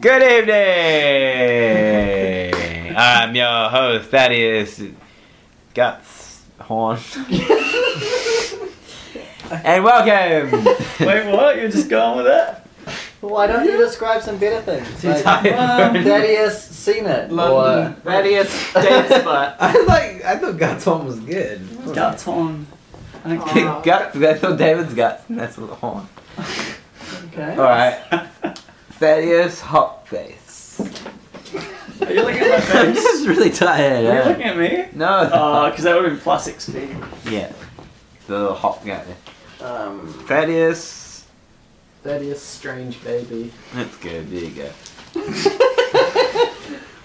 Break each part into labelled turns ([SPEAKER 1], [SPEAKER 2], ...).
[SPEAKER 1] Good evening. I'm your host, Thaddeus Guts Horn, and welcome.
[SPEAKER 2] Wait, what? You're just going with that?
[SPEAKER 3] Why don't you describe some better things?
[SPEAKER 1] Too
[SPEAKER 3] Like,
[SPEAKER 1] tired
[SPEAKER 2] um,
[SPEAKER 1] for-
[SPEAKER 3] Thaddeus seen it.
[SPEAKER 2] London.
[SPEAKER 3] Or Thaddeus date spot.
[SPEAKER 4] I like. I thought Gaton was good.
[SPEAKER 2] Guts on. I don't care.
[SPEAKER 3] Aw.
[SPEAKER 1] guts. That's all David's guts, and that's all the horn.
[SPEAKER 3] Okay.
[SPEAKER 1] All right. Thaddeus Hotface.
[SPEAKER 2] Are you looking at my
[SPEAKER 1] I'm
[SPEAKER 2] face?
[SPEAKER 1] just really tired.
[SPEAKER 2] Are you
[SPEAKER 1] eh?
[SPEAKER 2] looking at me?
[SPEAKER 1] No.
[SPEAKER 4] Uh,
[SPEAKER 2] Oh, because that would have been plus 16.
[SPEAKER 1] yeah. The little hot guy. there.
[SPEAKER 3] Um,
[SPEAKER 1] Thaddeus.
[SPEAKER 3] Thaddeus strange baby.
[SPEAKER 1] That's good. There you go.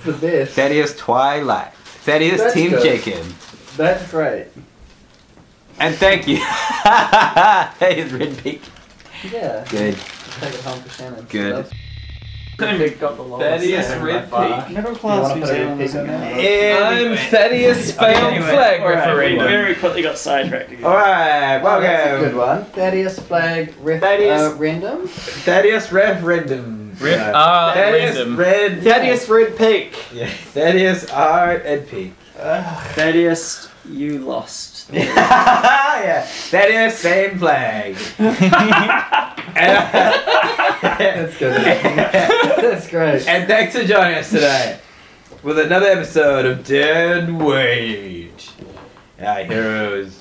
[SPEAKER 3] The best.
[SPEAKER 1] Thaddeus Twilight. Thaddeus
[SPEAKER 3] That's
[SPEAKER 1] Team
[SPEAKER 3] good.
[SPEAKER 1] Chicken.
[SPEAKER 3] That's great.
[SPEAKER 1] And thank you. Thaddeus Red Peak.
[SPEAKER 3] Yeah.
[SPEAKER 1] Good.
[SPEAKER 3] Take it home for Shannon.
[SPEAKER 1] Good.
[SPEAKER 3] That's- They got the lowest
[SPEAKER 1] Thaddeus
[SPEAKER 3] score
[SPEAKER 1] Red
[SPEAKER 3] by far.
[SPEAKER 2] Middle class
[SPEAKER 3] You wanna
[SPEAKER 2] New
[SPEAKER 3] put a pig
[SPEAKER 2] Zealand is
[SPEAKER 3] in
[SPEAKER 2] in
[SPEAKER 3] there?
[SPEAKER 2] there.
[SPEAKER 1] I'm Thaddeus Failed
[SPEAKER 2] Anyway,
[SPEAKER 1] Flag
[SPEAKER 2] alright,
[SPEAKER 1] Referee.
[SPEAKER 2] we very quickly got sidetracked again.
[SPEAKER 1] Alright,
[SPEAKER 3] Oh, that's a good
[SPEAKER 1] welcome.
[SPEAKER 3] one. Thaddeus flag ref,
[SPEAKER 1] Thaddeus-
[SPEAKER 3] uh, random.
[SPEAKER 4] Thaddeus referendum.
[SPEAKER 2] Ref-
[SPEAKER 4] Uh,
[SPEAKER 1] Uh,
[SPEAKER 2] Thaddeus
[SPEAKER 1] Thaddeus Red.
[SPEAKER 3] red peak.
[SPEAKER 4] yeah, Thaddeus R. Ed P.
[SPEAKER 2] Thaddeus, you lost.
[SPEAKER 1] yeah. Thaddeus same flag. and,
[SPEAKER 3] That's good. That's great.
[SPEAKER 1] and thanks for joining us today with another episode of Dead Weight. Our heroes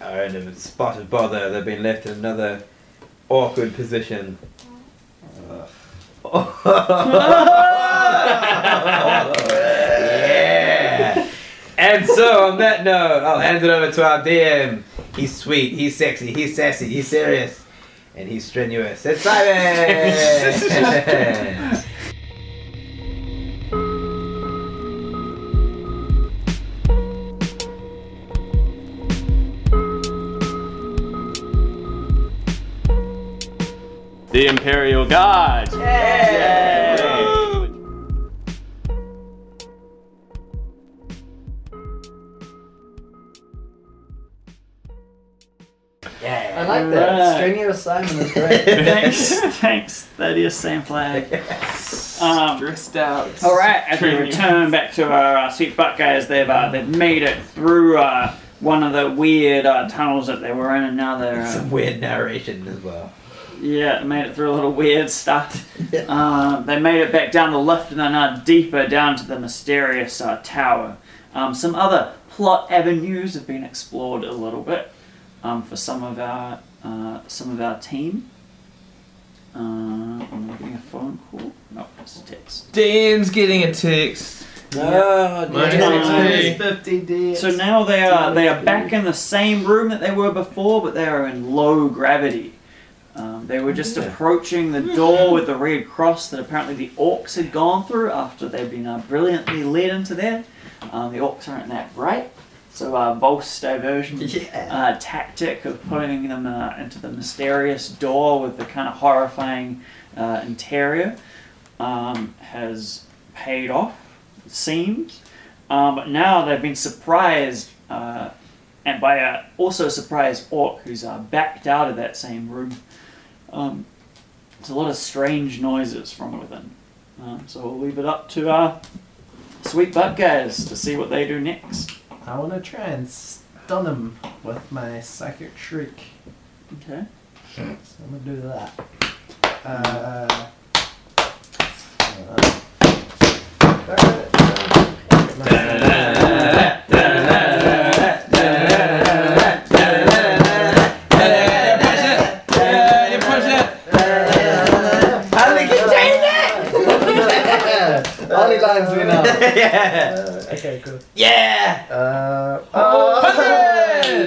[SPEAKER 1] are in a spot of bother. They've been left in another awkward position. yeah. And so, on that note, I'll hand it over to our DM. He's sweet, he's sexy, he's sassy, he's serious, and he's strenuous. It's Simon!
[SPEAKER 2] The Imperial Guard!
[SPEAKER 3] I
[SPEAKER 1] yeah.
[SPEAKER 3] like that.
[SPEAKER 2] Right.
[SPEAKER 3] Strenuous Simon is great.
[SPEAKER 2] thanks, thanks, Thaddeus, same flag. Um,
[SPEAKER 4] Dressed out.
[SPEAKER 2] All right, as we return back to our uh, sweet butt guys, they've uh, they've made it through uh, one of the weird uh, tunnels that they were in. and now they're uh,
[SPEAKER 1] Some weird narration as well.
[SPEAKER 2] yeah, made it through a little weird stuff. Uh, they made it back down the lift and then uh, deeper down to the mysterious uh, tower. Um, some other plot avenues have been explored a little bit um, for some of our uh, some of our team. Uh, am I getting a phone call? No, it's a text.
[SPEAKER 4] Dan's getting a text.
[SPEAKER 3] Oh,
[SPEAKER 4] Minus
[SPEAKER 2] XP.
[SPEAKER 3] fifty D.
[SPEAKER 2] So now they are they are back in the same room that they were before, but they are in low gravity. Um, they were just approaching the door with the red cross that apparently the orcs had gone through after they'd been uh, brilliantly led into there. Um, the orcs aren't that bright, so uh, Volk's diversion
[SPEAKER 3] Yeah.
[SPEAKER 2] uh, tactic of putting them uh, into the mysterious door with the kind of horrifying uh, interior um, has paid off, it seems. Um, but now they've been surprised, uh, and by a also surprised orc who's uh, backed out of that same room. Um, there's a lot of strange noises from within. Um, so we'll leave it up to our sweet butt guys to see what they do next.
[SPEAKER 3] I want to try and stun him with my psychic shriek.
[SPEAKER 2] Okay.
[SPEAKER 3] So I'm gonna do that. Uh,
[SPEAKER 1] How did they keep changing
[SPEAKER 3] Only lines we know.
[SPEAKER 1] it? yeah.
[SPEAKER 3] okay, cool.
[SPEAKER 1] Yeah.
[SPEAKER 3] Uh,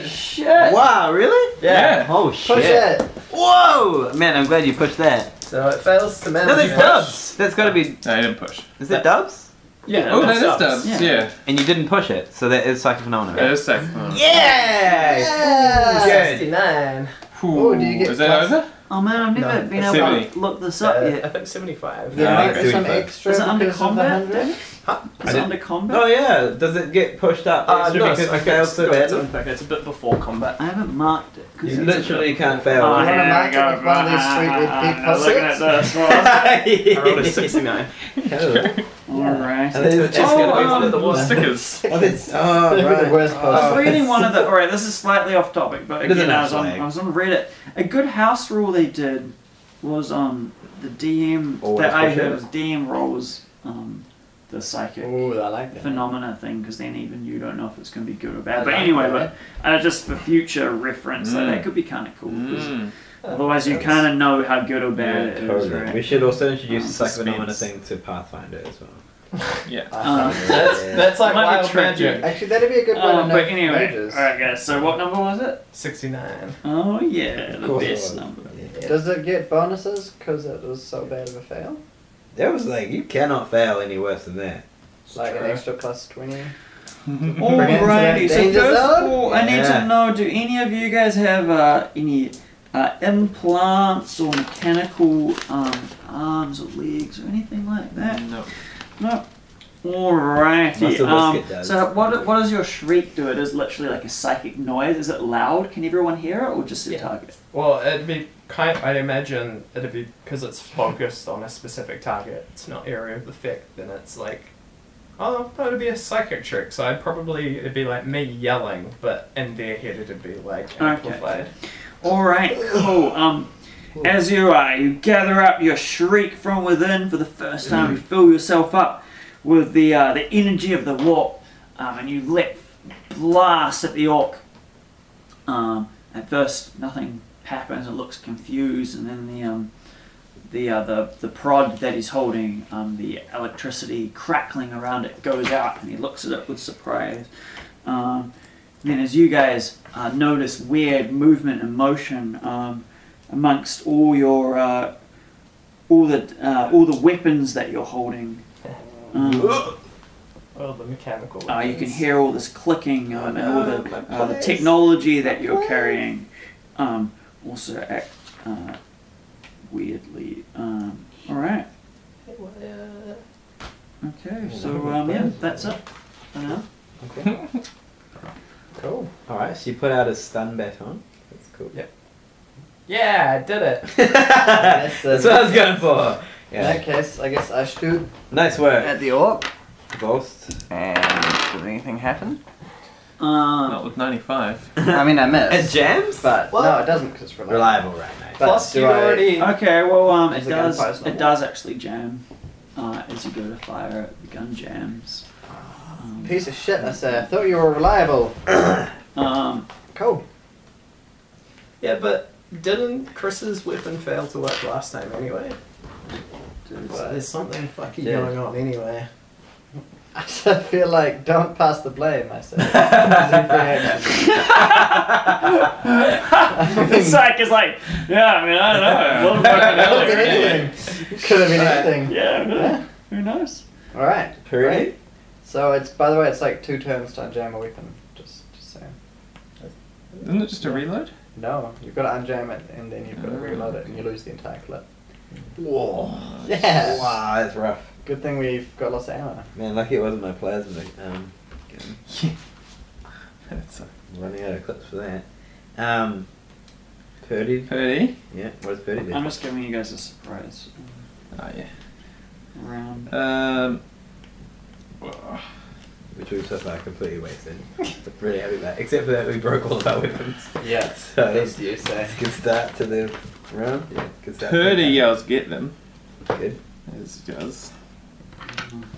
[SPEAKER 2] Shit!
[SPEAKER 1] Wow, really?
[SPEAKER 4] Yeah.
[SPEAKER 1] Oh shit.
[SPEAKER 3] push it.
[SPEAKER 1] Whoa! Man, I'm glad you pushed that.
[SPEAKER 3] So it fails to manage.
[SPEAKER 1] No, there's dubs. That's gotta be.
[SPEAKER 4] No, I didn't push.
[SPEAKER 1] Is it dubs?
[SPEAKER 2] Yeah,
[SPEAKER 4] Oh, no,
[SPEAKER 2] that's
[SPEAKER 4] that's
[SPEAKER 2] dubs.
[SPEAKER 4] dubs. Yeah,
[SPEAKER 1] And you didn't push it, so that is psychic phenomenon.
[SPEAKER 4] that
[SPEAKER 1] Right?
[SPEAKER 4] is second one.
[SPEAKER 1] Yeah. Good.
[SPEAKER 3] 69. Oh, do you get
[SPEAKER 4] Is that
[SPEAKER 3] plus-
[SPEAKER 4] over?
[SPEAKER 2] Oh man, I've never
[SPEAKER 3] No.
[SPEAKER 2] been able
[SPEAKER 4] Seventy.
[SPEAKER 2] to look this up yet.
[SPEAKER 3] Uh, think 75.
[SPEAKER 4] Yeah,
[SPEAKER 3] There might
[SPEAKER 4] okay.
[SPEAKER 3] be some
[SPEAKER 4] 75.
[SPEAKER 3] extra
[SPEAKER 2] Is it under
[SPEAKER 3] because of the
[SPEAKER 2] combat,
[SPEAKER 3] 100.
[SPEAKER 2] It's
[SPEAKER 1] didn't-
[SPEAKER 2] under combat.
[SPEAKER 1] Oh yeah, does it get pushed up
[SPEAKER 3] Uh,
[SPEAKER 1] extra
[SPEAKER 3] no,
[SPEAKER 1] because
[SPEAKER 3] it's,
[SPEAKER 1] you
[SPEAKER 3] okay,
[SPEAKER 1] failed
[SPEAKER 3] it's,
[SPEAKER 1] so
[SPEAKER 3] no, it's,
[SPEAKER 1] badly?
[SPEAKER 3] in fact, it's a bit before combat.
[SPEAKER 2] I haven't marked it. 'cause
[SPEAKER 1] You
[SPEAKER 2] it's a
[SPEAKER 1] literally
[SPEAKER 2] bit-
[SPEAKER 1] can't
[SPEAKER 2] Oh,
[SPEAKER 1] fail.
[SPEAKER 5] yeah.
[SPEAKER 2] here
[SPEAKER 5] wanna
[SPEAKER 2] we
[SPEAKER 5] mark it
[SPEAKER 2] go.
[SPEAKER 5] with one of these
[SPEAKER 2] Ah,
[SPEAKER 5] three big
[SPEAKER 2] ah,
[SPEAKER 5] big
[SPEAKER 2] ah, Looking at
[SPEAKER 5] puzzles?
[SPEAKER 2] this one.
[SPEAKER 3] I rolled a
[SPEAKER 1] I
[SPEAKER 3] 69.
[SPEAKER 2] All right.
[SPEAKER 1] And it's-
[SPEAKER 3] It's
[SPEAKER 1] Oh,
[SPEAKER 3] gonna be
[SPEAKER 1] um,
[SPEAKER 3] one of the worst stickers.
[SPEAKER 1] Oh, that's, oh,
[SPEAKER 5] They were the
[SPEAKER 1] right.
[SPEAKER 5] worst
[SPEAKER 1] Oh.
[SPEAKER 2] I
[SPEAKER 5] possible.
[SPEAKER 2] was reading one of the. Alright, this is slightly off topic, but
[SPEAKER 1] It doesn't
[SPEAKER 2] again, I was, on,
[SPEAKER 1] have
[SPEAKER 2] I was on Reddit. A good house rule they did was um the DM
[SPEAKER 1] Oh,
[SPEAKER 2] that
[SPEAKER 1] that's
[SPEAKER 2] I
[SPEAKER 1] for sure.
[SPEAKER 2] heard was DM roll was um, the psychic
[SPEAKER 5] Ooh, I like that.
[SPEAKER 2] phenomena thing because then even you don't know if it's going to be good or
[SPEAKER 5] I
[SPEAKER 2] bad. But
[SPEAKER 5] like
[SPEAKER 2] anyway,
[SPEAKER 5] that.
[SPEAKER 2] but uh, just for future reference, like,
[SPEAKER 1] Mm.
[SPEAKER 2] that could be kind of cool. 'cause
[SPEAKER 3] Mm.
[SPEAKER 2] Otherwise, you kind of know how good or bad it is,
[SPEAKER 1] Totally. We
[SPEAKER 2] right?
[SPEAKER 1] should also introduce
[SPEAKER 2] Um,
[SPEAKER 1] the psychophenomena
[SPEAKER 3] suspense.
[SPEAKER 1] thing to Pathfinder as well.
[SPEAKER 3] Yeah.
[SPEAKER 2] Uh,
[SPEAKER 5] that's
[SPEAKER 1] Yeah.
[SPEAKER 5] that's like
[SPEAKER 2] Might be
[SPEAKER 5] wild
[SPEAKER 2] tricky.
[SPEAKER 5] magic. Actually, that'd be a good one.
[SPEAKER 2] Uh, but
[SPEAKER 5] to know
[SPEAKER 2] anyway,
[SPEAKER 5] mages.
[SPEAKER 2] alright guys, so what number was it?
[SPEAKER 3] Sixty-nine.
[SPEAKER 2] Oh yeah, the
[SPEAKER 1] course it
[SPEAKER 2] best
[SPEAKER 1] was.
[SPEAKER 2] number.
[SPEAKER 5] Does it get bonuses because it was so bad of a fail?
[SPEAKER 1] That was like you cannot fail any worse than that.
[SPEAKER 5] Like an
[SPEAKER 3] true.
[SPEAKER 5] extra plus twenty.
[SPEAKER 2] Alrighty, so
[SPEAKER 5] Danger
[SPEAKER 2] first of
[SPEAKER 5] zone?
[SPEAKER 2] all, I need to
[SPEAKER 1] Yeah.
[SPEAKER 2] know do any of you guys have uh, any uh, implants or mechanical um, arms or legs or anything like that?
[SPEAKER 3] No.
[SPEAKER 2] No.
[SPEAKER 1] Must
[SPEAKER 2] Alrighty.
[SPEAKER 1] have
[SPEAKER 2] Um,
[SPEAKER 1] biscuit does.
[SPEAKER 2] so what what does your shriek do? It is literally like a psychic noise. Is it loud? Can everyone hear it, or just the
[SPEAKER 5] Yeah.
[SPEAKER 2] target?
[SPEAKER 3] Well, it'd be kind. I imagine it'd be because it's focused on a specific target. It's not area of effect. Then it's like, oh, that would be a psychic trick. So I'd probably it'd be like me yelling, but in their head it'd be like
[SPEAKER 2] Okay.
[SPEAKER 3] amplified.
[SPEAKER 2] All right, cool. Um, as you are, you gather up your shriek from within for the first time. You fill yourself up with the uh, the energy of the warp, um, and you let blast at the orc. Um, at first, nothing happens. It looks confused, and then the um, the, uh, the the prod that he's holding, um, the electricity crackling around it goes out, and he looks at it with surprise. Um, then, as you guys uh, notice weird movement and motion um, amongst all your uh, all the uh, all the weapons that you're holding, um,
[SPEAKER 3] Well, the mechanical.
[SPEAKER 2] uh, you can
[SPEAKER 3] weapons.
[SPEAKER 2] hear all this clicking um, and all
[SPEAKER 5] My
[SPEAKER 2] the, uh, the
[SPEAKER 5] place.
[SPEAKER 2] technology that you're carrying. Um, also act uh, weirdly. Um, all right. Okay. So um, yeah, that's it. for now.
[SPEAKER 1] Cool. All right, so you put out a stun baton. That's cool.
[SPEAKER 3] Yeah. Yeah, I did it.
[SPEAKER 5] Yes,
[SPEAKER 1] That's what I was going for.
[SPEAKER 5] In
[SPEAKER 1] Yeah.
[SPEAKER 5] that case, I guess I shoot
[SPEAKER 1] Nice work,
[SPEAKER 5] at the orc.
[SPEAKER 1] Volst.
[SPEAKER 4] Uh, And did anything happen?
[SPEAKER 2] Um,
[SPEAKER 4] Not with 95.
[SPEAKER 5] I mean, I
[SPEAKER 1] It
[SPEAKER 5] missed.
[SPEAKER 1] Uh, jams, but
[SPEAKER 5] But no, it doesn't because reliable.
[SPEAKER 1] reliable right now.
[SPEAKER 5] But
[SPEAKER 3] Plus,
[SPEAKER 5] do
[SPEAKER 3] you
[SPEAKER 5] I-
[SPEAKER 3] already.
[SPEAKER 2] Okay, well, um, it
[SPEAKER 5] Is the gun
[SPEAKER 2] does.
[SPEAKER 5] fires
[SPEAKER 2] It
[SPEAKER 5] normal?
[SPEAKER 2] does actually jam. Uh, as you go to fire, it, the gun jams. Um,
[SPEAKER 5] Piece of shit, I say. I thought you were reliable.
[SPEAKER 2] um,
[SPEAKER 5] Cool.
[SPEAKER 3] Yeah, but didn't Chris's weapon fail to work last time anyway? So there's something fucking
[SPEAKER 5] Yeah.
[SPEAKER 3] going on anyway.
[SPEAKER 5] I feel like don't pass the blame, I say. I
[SPEAKER 2] the psych is like, yeah. I mean, I don't know. Well, fucking hell,
[SPEAKER 5] Could have been anything. Could have been anything.
[SPEAKER 2] Yeah. really. Who knows?
[SPEAKER 5] All right.
[SPEAKER 1] Pretty.
[SPEAKER 5] So it's by the way, it's like two turns to unjam a weapon. Just, just saying.
[SPEAKER 4] Isn't it just a reload?
[SPEAKER 5] No, you've got to unjam it and then you've got to reload it and you lose the entire clip.
[SPEAKER 1] Whoa.
[SPEAKER 5] Yeah.
[SPEAKER 1] Wow, that's rough.
[SPEAKER 5] Good thing we've got lots of ammo.
[SPEAKER 1] Man, lucky it wasn't my plasma. Um,
[SPEAKER 4] That's a
[SPEAKER 1] I'm running out of clips for that. Um, Purdy.
[SPEAKER 4] Purdy.
[SPEAKER 1] Yeah, what does Purdy do?
[SPEAKER 2] I'm just giving you guys a surprise
[SPEAKER 4] Oh,
[SPEAKER 2] round.
[SPEAKER 4] yeah. Um. well,
[SPEAKER 1] Which we've so far completely wasted. really happy with that. Except for that we broke all of our weapons.
[SPEAKER 5] Yes.
[SPEAKER 1] So
[SPEAKER 5] As
[SPEAKER 1] that's
[SPEAKER 5] you say.
[SPEAKER 1] a good start to the round. Yeah, good start. to the
[SPEAKER 4] Purdy
[SPEAKER 1] round.
[SPEAKER 4] yells, get them.
[SPEAKER 1] Good.
[SPEAKER 4] As he does.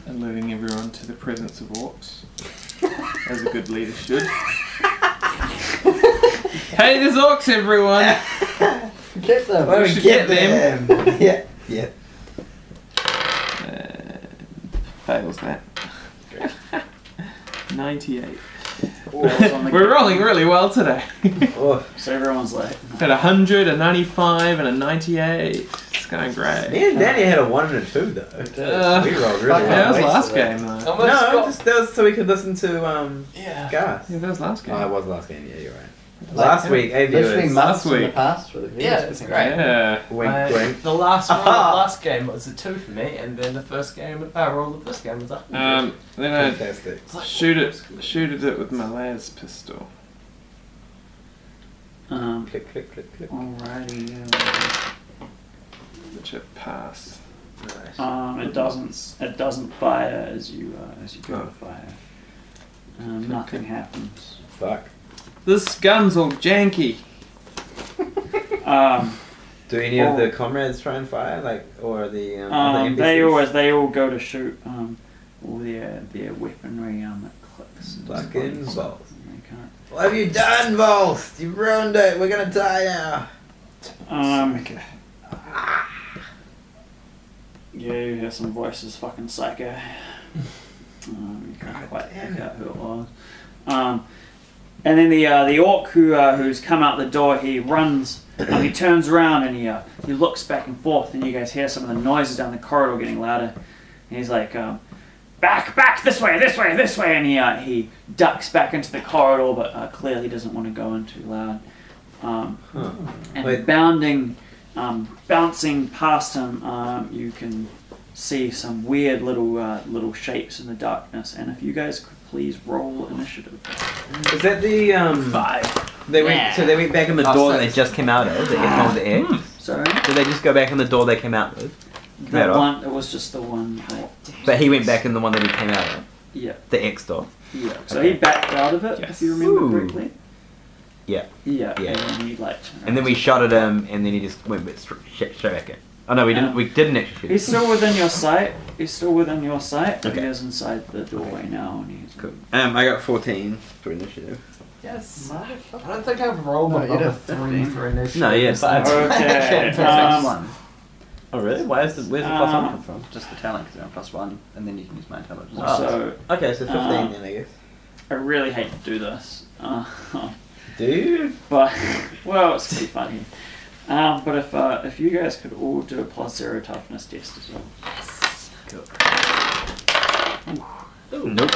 [SPEAKER 4] Alerting everyone to the presence of orcs. as a good leader should. hey, there's orcs, everyone!
[SPEAKER 5] Get them.
[SPEAKER 1] Why
[SPEAKER 4] We
[SPEAKER 1] don't we
[SPEAKER 4] should
[SPEAKER 1] get
[SPEAKER 4] get
[SPEAKER 1] them? yeah, yeah.
[SPEAKER 4] Uh, fails that. 98.
[SPEAKER 2] Bells on the
[SPEAKER 4] We're
[SPEAKER 2] gun.
[SPEAKER 4] rolling really well today.
[SPEAKER 1] Oh,
[SPEAKER 2] So everyone's like,
[SPEAKER 4] Had a 100, a 95, and a 98. It's going great.
[SPEAKER 1] me and Danny had a one and a two though.
[SPEAKER 4] Uh,
[SPEAKER 1] we rolled really
[SPEAKER 5] fuck
[SPEAKER 1] well.
[SPEAKER 4] Yeah, that was
[SPEAKER 5] Wasted
[SPEAKER 4] last
[SPEAKER 5] it.
[SPEAKER 4] game, though.
[SPEAKER 3] Almost
[SPEAKER 1] No,
[SPEAKER 3] got-
[SPEAKER 1] just, that was so we could listen to um,
[SPEAKER 3] Yeah.
[SPEAKER 1] Gas.
[SPEAKER 4] Yeah, that was last game.
[SPEAKER 1] Oh, it was last game. Yeah, you're right. Last week, hey
[SPEAKER 5] Literally
[SPEAKER 1] viewers.
[SPEAKER 4] Last
[SPEAKER 5] months in the
[SPEAKER 4] week.
[SPEAKER 5] past for the viewers.
[SPEAKER 3] Yeah, it's great.
[SPEAKER 4] Yeah.
[SPEAKER 1] Wink,
[SPEAKER 3] Uh,
[SPEAKER 1] wink.
[SPEAKER 3] The last roll of
[SPEAKER 1] Aha.
[SPEAKER 3] last game was a two for me, and then the first game, uh, roll of this game was a hundred.
[SPEAKER 4] Um, then
[SPEAKER 1] Fantastic.
[SPEAKER 3] It's
[SPEAKER 4] I
[SPEAKER 3] like,
[SPEAKER 4] shoot it, shoot at it with my las pistol.
[SPEAKER 2] Um,
[SPEAKER 1] Click, click, click, click.
[SPEAKER 2] alrighty.
[SPEAKER 4] Which it pass.
[SPEAKER 1] Nice.
[SPEAKER 2] uh, Um, it doesn't. It doesn't fire as you uh, as you go to
[SPEAKER 4] Oh.
[SPEAKER 2] fire. Um, nothing happens.
[SPEAKER 1] Fuck.
[SPEAKER 4] This gun's all janky.
[SPEAKER 2] Um,
[SPEAKER 1] Do any of the comrades try and fire, like, or the um,
[SPEAKER 2] Oh. um,
[SPEAKER 1] other
[SPEAKER 2] they
[SPEAKER 1] NPCs?
[SPEAKER 2] always they all go to shoot um, all their their weaponry um, that clicks. and
[SPEAKER 1] Fucking
[SPEAKER 2] explodes.
[SPEAKER 1] balls.
[SPEAKER 2] They can't.
[SPEAKER 1] What have you done, Volst? You ruined it. We're gonna die now.
[SPEAKER 2] Um, yeah, you hear some voices, fucking psycho. Um, you can't quite pick out who it was. Um, and then the uh, the orc who uh, who's come out the door, he runs. um, he turns around and he uh, he looks back and forth, and you guys hear some of the noises down the corridor getting louder. And he's like, um, "Back, back, this way, this way, this way!" And he uh, he ducks back into the corridor, but uh, clearly doesn't want to go in too loud. Um,
[SPEAKER 1] Huh.
[SPEAKER 2] and
[SPEAKER 1] Wait.
[SPEAKER 2] bounding, um, bouncing past him, um, you can see some weird little uh, little shapes in the darkness. And if you guys could please roll initiative.
[SPEAKER 1] Is that the um?
[SPEAKER 2] Five.
[SPEAKER 1] They
[SPEAKER 2] Yeah.
[SPEAKER 1] went. So they went back in the
[SPEAKER 6] Oh,
[SPEAKER 1] door
[SPEAKER 6] so-
[SPEAKER 1] that they just came out of. They hit one with
[SPEAKER 2] Ah.
[SPEAKER 1] the egg.
[SPEAKER 2] So
[SPEAKER 6] Did they just go back in the door they came out with?
[SPEAKER 2] the
[SPEAKER 6] That off.
[SPEAKER 2] one, it was just the one. that-
[SPEAKER 6] But he went back in the one that he came out of.
[SPEAKER 2] yeah,
[SPEAKER 6] The X door.
[SPEAKER 2] yeah. So he backed out of it, if you remember
[SPEAKER 6] Ooh.
[SPEAKER 2] correctly.
[SPEAKER 6] Yeah.
[SPEAKER 2] Yeah,
[SPEAKER 6] Yeah.
[SPEAKER 2] and then he like.
[SPEAKER 6] And then we shot at him, and then he just went back str- sh- straight back in. Oh no, we didn't. We didn't actually shoot.
[SPEAKER 2] He's
[SPEAKER 6] him.
[SPEAKER 2] still within your sight. He's still within your sight. but He
[SPEAKER 6] Okay.
[SPEAKER 2] is inside the doorway now, and he's
[SPEAKER 6] Cool. Um, I got fourteen for initiative.
[SPEAKER 3] yes. I don't think I've rolled
[SPEAKER 5] No, you
[SPEAKER 3] above a
[SPEAKER 5] don't.
[SPEAKER 3] three for initiative.
[SPEAKER 6] No, yes.
[SPEAKER 3] but I've-
[SPEAKER 2] Okay,
[SPEAKER 3] for next
[SPEAKER 2] um,
[SPEAKER 3] one.
[SPEAKER 6] Oh really? Why is the where's
[SPEAKER 5] Uh,
[SPEAKER 2] the plus one Um, come
[SPEAKER 6] from?
[SPEAKER 7] Just the talent, because I'm plus one, and then you can use my intelligence.
[SPEAKER 1] Oh.
[SPEAKER 2] so.
[SPEAKER 1] Okay, so fifteen
[SPEAKER 2] Uh,
[SPEAKER 1] then I guess.
[SPEAKER 2] I really hate to do this. Uh,
[SPEAKER 1] Dude.
[SPEAKER 2] But well, it's pretty funny. Um, but if uh, if you guys could all do a plus zero toughness test as well.
[SPEAKER 6] Nope.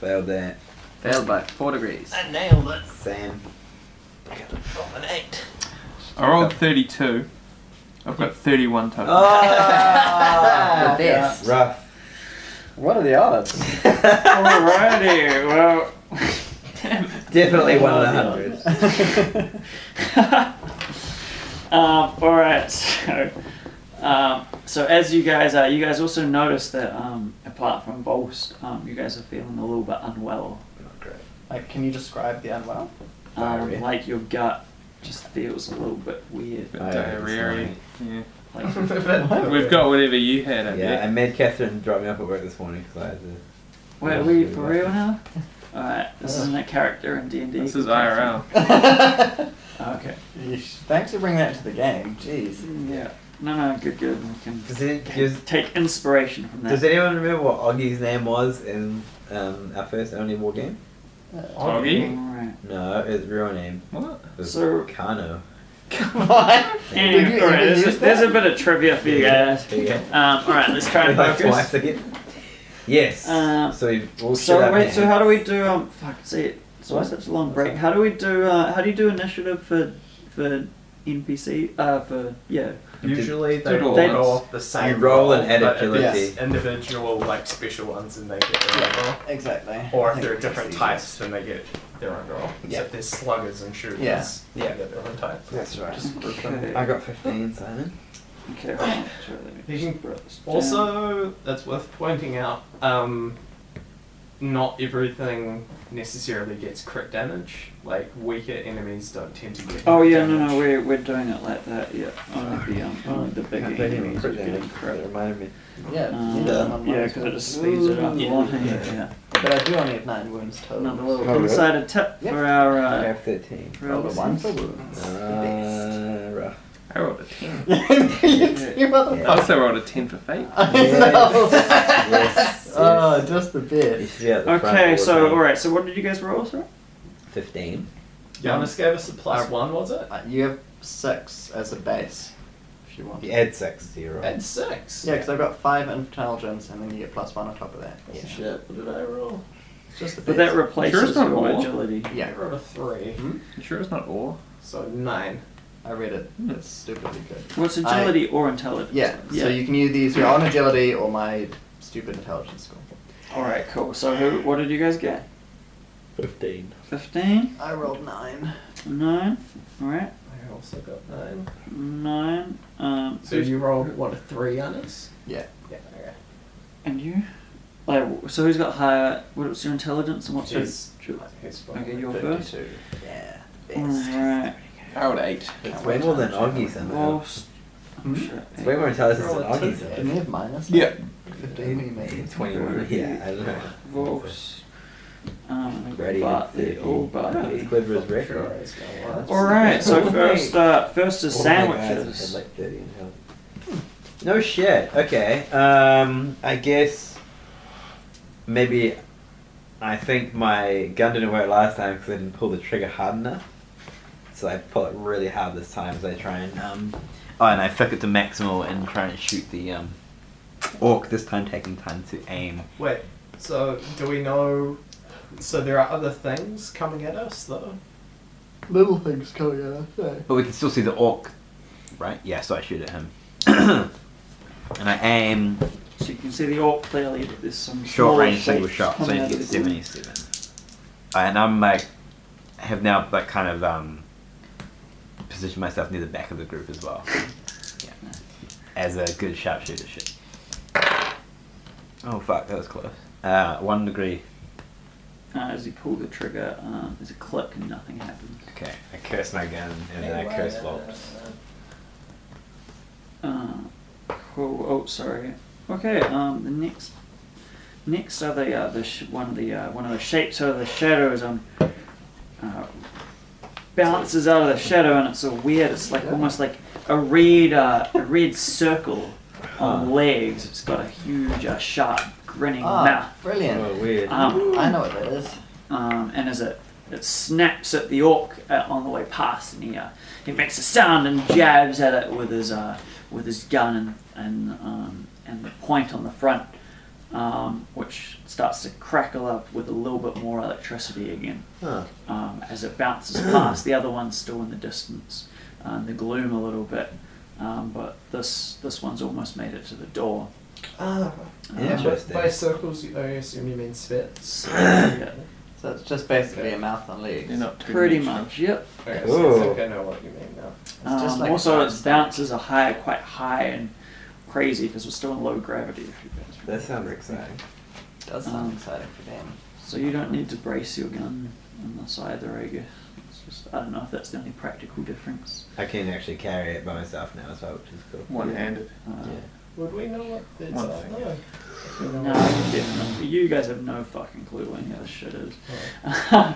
[SPEAKER 1] Failed that.
[SPEAKER 7] Failed by four degrees.
[SPEAKER 3] I nailed it.
[SPEAKER 1] Sam.
[SPEAKER 3] I got a- an eight.
[SPEAKER 4] I rolled 32. I've got 31 total.
[SPEAKER 1] Ah.
[SPEAKER 7] the best.
[SPEAKER 1] Rough.
[SPEAKER 5] What are the odds?
[SPEAKER 2] Alrighty, well.
[SPEAKER 1] Definitely one in a hundred.
[SPEAKER 2] um, all right, so um, so as you guys are, you guys also notice that um, apart from Volst, um, you guys are feeling a little bit unwell.
[SPEAKER 1] Not great.
[SPEAKER 3] Like, can you describe the unwell?
[SPEAKER 2] Um,
[SPEAKER 1] Diarrhea.
[SPEAKER 2] like your gut just feels a little bit weird.
[SPEAKER 4] Bit
[SPEAKER 1] I-
[SPEAKER 4] diarrhea-y. Yeah.
[SPEAKER 2] Like
[SPEAKER 4] We've got whatever you had, I
[SPEAKER 1] Yeah,
[SPEAKER 4] bet.
[SPEAKER 1] I made Catherine drop me off at work this morning because I had to.
[SPEAKER 2] Wait, are we for real now? Alright, this isn't a character in D&D.
[SPEAKER 4] This is IRL.
[SPEAKER 2] Oh, okay.
[SPEAKER 5] Yeesh. Thanks for bringing that to the game. Jeez.
[SPEAKER 2] Yeah. No, no, good, good. We can
[SPEAKER 1] Does, it, does,
[SPEAKER 2] take inspiration from that.
[SPEAKER 1] does anyone remember what Augie's name was in um, our first only war game?
[SPEAKER 4] Oggy?
[SPEAKER 2] Alright.
[SPEAKER 1] No, his real name
[SPEAKER 4] What?
[SPEAKER 1] was
[SPEAKER 2] So-
[SPEAKER 1] Kano.
[SPEAKER 5] What? Did
[SPEAKER 2] Anyway,
[SPEAKER 5] you
[SPEAKER 2] alright,
[SPEAKER 5] even
[SPEAKER 2] there's,
[SPEAKER 5] use
[SPEAKER 2] a, there's a
[SPEAKER 5] that?
[SPEAKER 2] bit of trivia for you guys.
[SPEAKER 1] There you go.
[SPEAKER 2] Um, alright, let's try and
[SPEAKER 1] Like
[SPEAKER 2] focus.
[SPEAKER 1] twice again. Yes.
[SPEAKER 2] Uh,
[SPEAKER 1] so we all
[SPEAKER 2] So wait, so how do we do? Um, fuck, see, it's always such a long break. How do we do? Uh, how do you do initiative for for NPC? Uh, for yeah.
[SPEAKER 3] Usually they
[SPEAKER 4] Doodle.
[SPEAKER 3] roll
[SPEAKER 2] They-
[SPEAKER 3] off the
[SPEAKER 1] You
[SPEAKER 3] same.
[SPEAKER 1] roll and add
[SPEAKER 3] but if
[SPEAKER 1] agility.
[SPEAKER 3] it's Individual, like special ones, and they get their own roll.
[SPEAKER 5] Exactly.
[SPEAKER 3] Or
[SPEAKER 5] I
[SPEAKER 3] if
[SPEAKER 5] think
[SPEAKER 3] there are
[SPEAKER 5] it's
[SPEAKER 3] different
[SPEAKER 5] easier.
[SPEAKER 3] types, then they get their own roll.
[SPEAKER 5] Yeah.
[SPEAKER 3] So if there's sluggers and shooters,
[SPEAKER 5] Yeah.
[SPEAKER 3] they get their own type.
[SPEAKER 1] That's right.
[SPEAKER 2] Okay.
[SPEAKER 1] I got 15, Simon.
[SPEAKER 2] Okay. Right, sure, let me
[SPEAKER 3] You
[SPEAKER 2] just
[SPEAKER 3] can
[SPEAKER 2] write this down.
[SPEAKER 3] Also, that's worth pointing out. Um, not everything necessarily gets crit damage. Like weaker enemies don't tend to get.
[SPEAKER 2] Oh
[SPEAKER 3] crit
[SPEAKER 2] yeah, no,
[SPEAKER 3] damage.
[SPEAKER 2] no, we're we're doing it like that. Yeah, only the um, only the big
[SPEAKER 1] Can't play anymore.
[SPEAKER 2] enemies are getting
[SPEAKER 1] That
[SPEAKER 2] crit.
[SPEAKER 1] reminded me.
[SPEAKER 5] Yeah.
[SPEAKER 2] Um,
[SPEAKER 5] you did that on mine
[SPEAKER 2] yeah,
[SPEAKER 5] as
[SPEAKER 2] because it
[SPEAKER 5] well.
[SPEAKER 2] just speeds it up.
[SPEAKER 3] Yeah.
[SPEAKER 2] Yeah, yeah.
[SPEAKER 5] But I do only have nine wounds total.
[SPEAKER 2] Another little
[SPEAKER 1] Oh, really?
[SPEAKER 2] insider tip
[SPEAKER 5] Yep.
[SPEAKER 2] for our
[SPEAKER 1] I
[SPEAKER 2] uh,
[SPEAKER 1] have 13.
[SPEAKER 2] for our
[SPEAKER 5] Roll a one for
[SPEAKER 2] listeners.
[SPEAKER 5] wounds.
[SPEAKER 1] Uh, rough.
[SPEAKER 4] I rolled a 10.
[SPEAKER 5] you
[SPEAKER 4] I
[SPEAKER 5] motherfucker.
[SPEAKER 4] also rolled a 10 for fate.
[SPEAKER 1] Yes. yes.
[SPEAKER 5] Oh, just the
[SPEAKER 1] You
[SPEAKER 5] bit.
[SPEAKER 1] should be at the front all
[SPEAKER 2] Okay,
[SPEAKER 1] the
[SPEAKER 2] so
[SPEAKER 1] time.
[SPEAKER 2] all right, so what did you guys roll? Sorry.
[SPEAKER 1] 15.
[SPEAKER 3] Giannis gave us a plus one, was it?
[SPEAKER 5] Uh, You have six as a base, if you want.
[SPEAKER 1] You add 6 to your roll.
[SPEAKER 3] And six.
[SPEAKER 5] Yeah, because I've got five intelligence, and then you get plus one on top of that.
[SPEAKER 1] Yeah.
[SPEAKER 3] Shit, what did I roll?
[SPEAKER 5] Just the
[SPEAKER 2] But that
[SPEAKER 5] best.
[SPEAKER 4] Sure,
[SPEAKER 2] replaces
[SPEAKER 4] it's not
[SPEAKER 2] your
[SPEAKER 4] all.
[SPEAKER 2] agility.
[SPEAKER 3] I
[SPEAKER 5] Yeah,
[SPEAKER 3] rolled a three,
[SPEAKER 2] Hmm?
[SPEAKER 4] You sure it's not ore?
[SPEAKER 3] so nine.
[SPEAKER 5] I read it.
[SPEAKER 4] Hmm.
[SPEAKER 5] It's stupidly good.
[SPEAKER 2] Well, it's agility or intelligence.
[SPEAKER 5] Yeah,
[SPEAKER 2] Yeah.
[SPEAKER 5] so you can either use your own agility or my stupid intelligence score.
[SPEAKER 2] All right. Cool. So who? What did you guys get?
[SPEAKER 1] 15.
[SPEAKER 2] Fifteen.
[SPEAKER 5] I rolled nine.
[SPEAKER 2] Nine. All right.
[SPEAKER 3] I also got nine.
[SPEAKER 2] Nine. Um.
[SPEAKER 3] So you rolled what a three on us?
[SPEAKER 5] Yeah.
[SPEAKER 3] Yeah. Okay.
[SPEAKER 2] And you? Like, so who's got higher? What's your intelligence and what's your?
[SPEAKER 3] He's- he's fine.
[SPEAKER 2] Okay, you're first.
[SPEAKER 5] 52. Yeah, the
[SPEAKER 2] All
[SPEAKER 5] best.
[SPEAKER 2] right.
[SPEAKER 4] I would eight.
[SPEAKER 1] It's way more than Augie's in
[SPEAKER 2] Well,
[SPEAKER 1] there.
[SPEAKER 2] s-
[SPEAKER 5] Hmm?
[SPEAKER 2] shit.
[SPEAKER 1] It's way more intelligence than
[SPEAKER 3] Roll a two.
[SPEAKER 1] Augie's
[SPEAKER 5] Didn't he
[SPEAKER 1] in
[SPEAKER 5] have minus?
[SPEAKER 4] Yeah.
[SPEAKER 5] 15 he made.
[SPEAKER 1] 21. Yeah, I don't know.
[SPEAKER 2] Wolves. Um,
[SPEAKER 1] Ready
[SPEAKER 2] but
[SPEAKER 1] and
[SPEAKER 2] they all but.
[SPEAKER 1] It's Quiver's
[SPEAKER 3] Sure,
[SPEAKER 1] record.
[SPEAKER 3] it's gonna work.
[SPEAKER 2] All right. So first, uh, first is
[SPEAKER 6] Oh
[SPEAKER 1] All my guys had
[SPEAKER 2] sandwiches.
[SPEAKER 1] like 30 in health.
[SPEAKER 6] Hmm.
[SPEAKER 1] No shit. Okay. Um, I guess maybe I think my gun didn't work last time because I didn't pull the trigger hard enough. So I pull it really hard this time as I try and um.
[SPEAKER 6] Oh, and I flick it to maximal and try and shoot the um, orc. This time taking time to aim.
[SPEAKER 3] Wait. So do we know? So there are other things coming at us though.
[SPEAKER 5] Little things coming out, I
[SPEAKER 6] But we can still see the orc, right? Yeah, so I shoot at him. and I aim
[SPEAKER 2] So you can see the orc clearly, but there's some
[SPEAKER 6] short
[SPEAKER 2] smaller
[SPEAKER 6] range single
[SPEAKER 2] shapes
[SPEAKER 6] shot, so
[SPEAKER 2] coming
[SPEAKER 6] you
[SPEAKER 2] out
[SPEAKER 6] get
[SPEAKER 2] of the ground.
[SPEAKER 6] 77. And I'm like, have now like kind of um, positioned myself near the back of the group as well. Yeah. As a good sharpshooter should. Oh fuck, that was close. Uh, one degree.
[SPEAKER 2] Uh, as you pull the trigger, uh, there's a click and nothing happens.
[SPEAKER 6] Okay, I curse my gun and then I curse Volps.
[SPEAKER 2] Uh, cool. Oh, sorry. Okay. Um, the next, next are the uh, the sh- one of the uh, one of the shapes out of the shadows um, uh, bounces out of the shadow and it's a weird. It's like almost like a red uh, a red circle on legs. It's got a huge uh, sharp grinning
[SPEAKER 5] Ah,
[SPEAKER 2] mouth.
[SPEAKER 5] brilliant.
[SPEAKER 1] Oh, weird.
[SPEAKER 6] Ah,
[SPEAKER 2] Um,
[SPEAKER 5] I know what that is.
[SPEAKER 2] um, and as it, it snaps at the orc uh, on the way past, and he, uh, he makes a sound and jabs at it with his uh, with his gun and and, um, and the point on the front, um, which starts to crackle up with a little bit more electricity again
[SPEAKER 1] Huh.
[SPEAKER 2] um, as it bounces past. The other one's still in the distance, uh, in the gloom a little bit, um, but this this one's almost made it to the door.
[SPEAKER 3] Ah.
[SPEAKER 1] Interesting.
[SPEAKER 3] By circles, I assume you mean spits.
[SPEAKER 2] So, yeah,
[SPEAKER 5] So it's just basically a mouth on legs.
[SPEAKER 4] They're not too
[SPEAKER 2] pretty
[SPEAKER 4] much.
[SPEAKER 2] much, yep.
[SPEAKER 3] Okay,
[SPEAKER 1] Ooh.
[SPEAKER 3] so I think I know what you mean now.
[SPEAKER 5] It's just
[SPEAKER 2] Um,
[SPEAKER 5] like
[SPEAKER 2] also,
[SPEAKER 5] a-
[SPEAKER 2] its bounces are high, quite high and crazy because we're still in low gravity. If you guys
[SPEAKER 1] That sounds exciting.
[SPEAKER 5] does sound
[SPEAKER 2] Um,
[SPEAKER 5] exciting for them.
[SPEAKER 2] so you don't need to brace your gun on this either, I guess. It's just I don't know if that's the only practical difference.
[SPEAKER 1] I can actually carry it by myself now as well, which is cool.
[SPEAKER 4] One-handed.
[SPEAKER 2] Uh,
[SPEAKER 1] Yeah.
[SPEAKER 3] Would we know what these
[SPEAKER 4] One
[SPEAKER 3] are?
[SPEAKER 4] thing.
[SPEAKER 3] No. If we know
[SPEAKER 2] No,
[SPEAKER 3] what-
[SPEAKER 2] definitely. You guys have no fucking clue what any of this shit is. uh,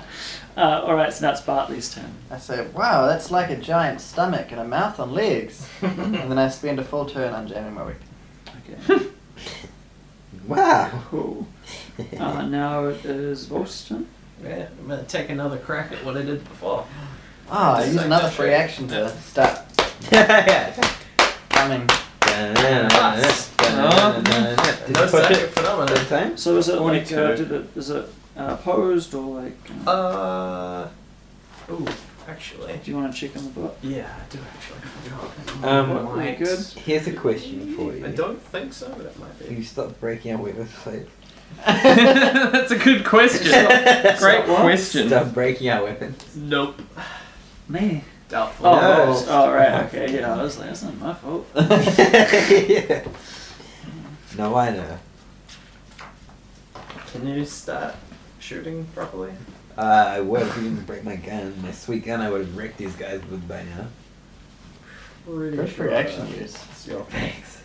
[SPEAKER 2] all right, so that's Bartley's turn.
[SPEAKER 5] I say, wow, that's like a giant stomach and a mouth on legs. and then I spend a full turn on jamming my weapon.
[SPEAKER 2] Okay,
[SPEAKER 1] Wow.
[SPEAKER 2] cool. Uh, now it is Volston.
[SPEAKER 3] Yeah, I'm gonna take another crack at what I did before.
[SPEAKER 5] Ah, I
[SPEAKER 3] It's
[SPEAKER 5] use
[SPEAKER 3] like
[SPEAKER 5] another
[SPEAKER 3] that
[SPEAKER 5] free
[SPEAKER 3] way.
[SPEAKER 5] action to start coming.
[SPEAKER 1] Did you push it
[SPEAKER 3] phenomenon.
[SPEAKER 1] this time?
[SPEAKER 2] So is it like uh,
[SPEAKER 4] 22.
[SPEAKER 2] did it, is it uh, opposed or like? Uh,
[SPEAKER 3] Uh. Ooh, actually.
[SPEAKER 2] do you want to check on the book?
[SPEAKER 3] Yeah, I do actually. forgot.
[SPEAKER 1] Um,
[SPEAKER 3] It
[SPEAKER 2] Really
[SPEAKER 3] might-
[SPEAKER 2] good.
[SPEAKER 1] Here's a question for
[SPEAKER 3] I
[SPEAKER 1] you.
[SPEAKER 3] don't think so, but it might
[SPEAKER 1] You
[SPEAKER 3] be.
[SPEAKER 1] stopped breaking out weapons. Like,
[SPEAKER 4] That's a good question. Great
[SPEAKER 2] So what?
[SPEAKER 4] question.
[SPEAKER 1] stop breaking out weapons.
[SPEAKER 3] Nope.
[SPEAKER 2] Me.
[SPEAKER 3] Doubtful.
[SPEAKER 2] Oh,
[SPEAKER 1] No.
[SPEAKER 2] oh, oh, right, okay, yeah. I was like, that's not my fault.
[SPEAKER 1] No, I know.
[SPEAKER 3] Can you start shooting properly?
[SPEAKER 1] Uh, I would if you didn't break my gun, my sweet gun. I would have wrecked these guys with by now.
[SPEAKER 3] Pretty
[SPEAKER 5] Good free
[SPEAKER 3] sure
[SPEAKER 5] action use.
[SPEAKER 3] It's your
[SPEAKER 1] Thanks.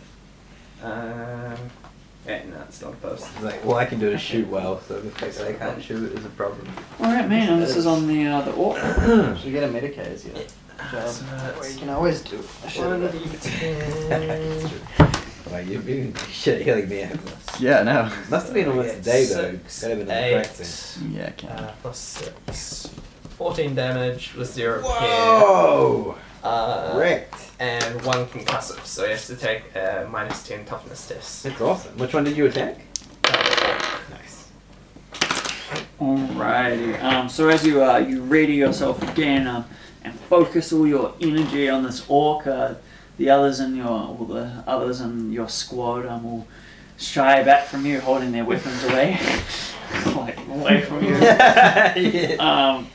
[SPEAKER 3] Um. Yeah, no, it's not posted.
[SPEAKER 1] It's like, well, I can do is shoot well, so the fact that I can't shoot is a problem.
[SPEAKER 2] All right, man, and this is on the uh, the orc.
[SPEAKER 5] Should we get a Medicaid, yeah. Job.
[SPEAKER 3] So
[SPEAKER 5] Or you
[SPEAKER 3] that's
[SPEAKER 5] can always do. I should
[SPEAKER 3] one
[SPEAKER 5] have
[SPEAKER 3] of
[SPEAKER 5] done.
[SPEAKER 1] That's
[SPEAKER 3] the
[SPEAKER 1] true. like, you're being shit healing me out of this.
[SPEAKER 7] Yeah, no.
[SPEAKER 1] Must have been almost a day though.
[SPEAKER 3] Oh, Six,
[SPEAKER 1] Better than I
[SPEAKER 3] eight,
[SPEAKER 1] practiced.
[SPEAKER 7] Yeah, I can.
[SPEAKER 3] uh, plus six. 14 damage with zero
[SPEAKER 1] Whoa!
[SPEAKER 3] care. Uh,
[SPEAKER 1] Wrecked.
[SPEAKER 3] And one concussive, so you have to take a minus 10 toughness test.
[SPEAKER 1] That's awesome. Which one did you attack?
[SPEAKER 3] Uh,
[SPEAKER 1] Nice.
[SPEAKER 2] Alrighty. Um, so as you uh, you ready yourself again um, and focus all your energy on this orc, uh, the others in your all the others in your squad um, will shy back from you, holding their weapons away, like away from you. Um,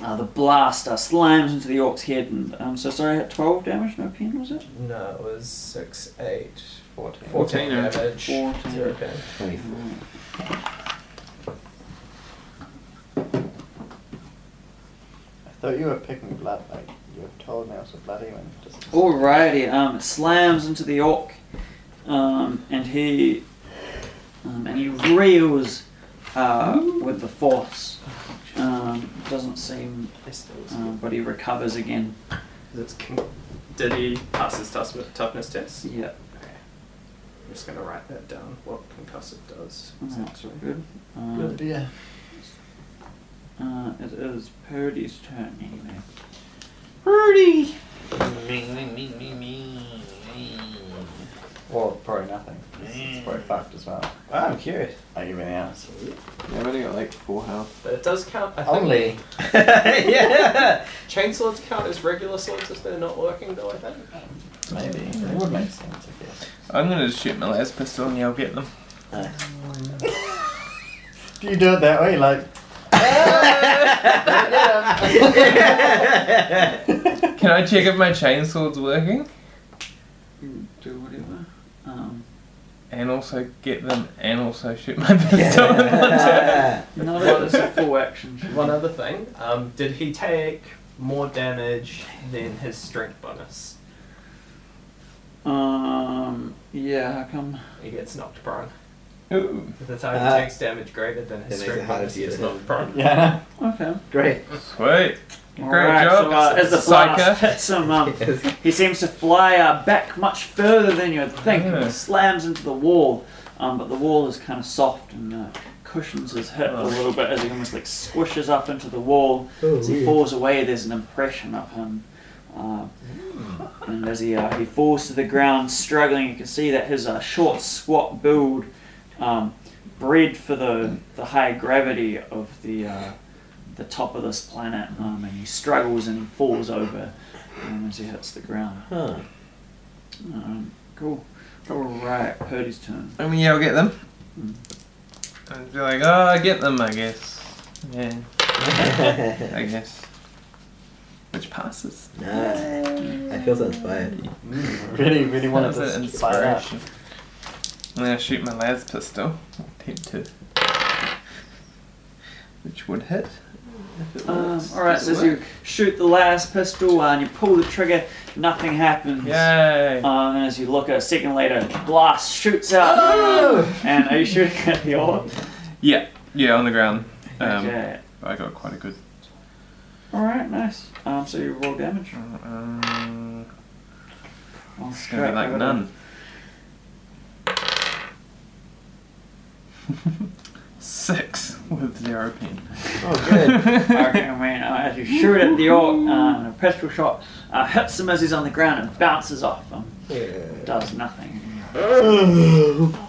[SPEAKER 2] uh, the blast uh, slams into the orc's head, and um, so sorry, at twelve damage, no pain was it?
[SPEAKER 3] No, it was 6, 8, 14,
[SPEAKER 4] 14, yeah.
[SPEAKER 3] damage.
[SPEAKER 2] Fourteen.
[SPEAKER 3] Zero damage.
[SPEAKER 5] I thought you were picking blood, like you were told me I was a bloody one. Just
[SPEAKER 2] Alrighty, um, it slams into the orc, um, and he, um, and he reels uh, with the force. Um, doesn't seem,
[SPEAKER 3] Yes, that was-
[SPEAKER 2] um, but he recovers again.
[SPEAKER 3] That's con- Did he pass his tough- toughness test?
[SPEAKER 2] Yeah,
[SPEAKER 3] I'm just going to write that down, what concussive does.
[SPEAKER 7] Mm.
[SPEAKER 2] that's all good.
[SPEAKER 5] Oh
[SPEAKER 2] Um,
[SPEAKER 5] dear.
[SPEAKER 2] uh, it is Purdy's turn anyway.
[SPEAKER 5] Well, probably nothing. It's, it's probably fucked as Mm. well.
[SPEAKER 1] I'm curious.
[SPEAKER 5] Are you being honest?
[SPEAKER 4] I've only got like four health.
[SPEAKER 3] But it does count, I think.
[SPEAKER 5] Only.
[SPEAKER 1] yeah.
[SPEAKER 3] Chainswords count as regular swords if they're not working, though, I think.
[SPEAKER 5] Maybe. It would make sense, I guess.
[SPEAKER 4] I'm gonna just shoot my last pistol and yell, get them.
[SPEAKER 5] Do you do it that way? Like.
[SPEAKER 4] Can I check if my chainsaw's working?
[SPEAKER 2] You Do whatever. Um,
[SPEAKER 4] And also get them and also shoot my pistol with one turn.
[SPEAKER 2] no, that is a full action.
[SPEAKER 3] One other thing, um, did he take more damage than his strength bonus?
[SPEAKER 2] Um, yeah, how come?
[SPEAKER 3] He gets knocked prone.
[SPEAKER 4] Ooh.
[SPEAKER 3] If the target
[SPEAKER 1] Ah.
[SPEAKER 3] takes damage greater than
[SPEAKER 1] That
[SPEAKER 3] his
[SPEAKER 1] makes it
[SPEAKER 3] strength
[SPEAKER 1] harder
[SPEAKER 3] bonus,
[SPEAKER 1] to
[SPEAKER 3] he
[SPEAKER 1] get
[SPEAKER 3] gets
[SPEAKER 1] him.
[SPEAKER 3] knocked prone.
[SPEAKER 5] Yeah.
[SPEAKER 2] Okay.
[SPEAKER 1] Great.
[SPEAKER 4] Sweet. Great
[SPEAKER 2] Alright,
[SPEAKER 4] job.
[SPEAKER 2] So, uh, as the blast
[SPEAKER 4] Psycho.
[SPEAKER 2] hits him, um, he seems to fly uh, back much further than you'd think
[SPEAKER 4] Yeah.
[SPEAKER 2] and slams into the wall. Um, but the wall is kind of soft and uh, cushions his hip a little bit as he almost like squishes up into the wall. as
[SPEAKER 4] Oh,
[SPEAKER 2] he falls away, there's an impression of him. Uh, and as he, uh, he falls to the ground, struggling, you can see that his uh, short, squat build, um, bred for the, the high gravity of the. Uh, the top of this planet, um, and he struggles and he falls over um, as he hits the ground.
[SPEAKER 1] Huh.
[SPEAKER 2] Um, cool. All right, Purdy's turn.
[SPEAKER 4] I'm gonna yell, get them.
[SPEAKER 2] Mm.
[SPEAKER 4] And be like, oh, get them, I guess. Yeah, I guess. Which passes.
[SPEAKER 1] nice. I feel so inspired.
[SPEAKER 5] Mm, Really, really wanted
[SPEAKER 4] That's an
[SPEAKER 5] to fire up.
[SPEAKER 4] inspiration. I'm gonna shoot my las pistol. Attempt to. Which would hit. if it
[SPEAKER 2] Um,
[SPEAKER 4] works.
[SPEAKER 2] all right,
[SPEAKER 4] Does
[SPEAKER 2] so
[SPEAKER 4] it
[SPEAKER 2] as you
[SPEAKER 4] work?
[SPEAKER 2] shoot the last pistol uh, and you pull the trigger, nothing happens.
[SPEAKER 4] Yay!
[SPEAKER 2] Um, and as you look a second later, blast shoots out. And are you shooting at the orb?
[SPEAKER 4] Yeah, yeah, on the ground. Um,
[SPEAKER 2] okay.
[SPEAKER 4] I got quite a good.
[SPEAKER 2] All right, nice. Um, so you roll damage.
[SPEAKER 4] Um,
[SPEAKER 2] Oh,
[SPEAKER 4] uh, it's gonna be like none. Six with zero pin.
[SPEAKER 1] Oh, good.
[SPEAKER 2] Okay, man. Uh, as you shoot at the orc, uh, and a pistol shot uh, hits him as he's on the ground and bounces off him.
[SPEAKER 1] Yeah.
[SPEAKER 2] Does nothing.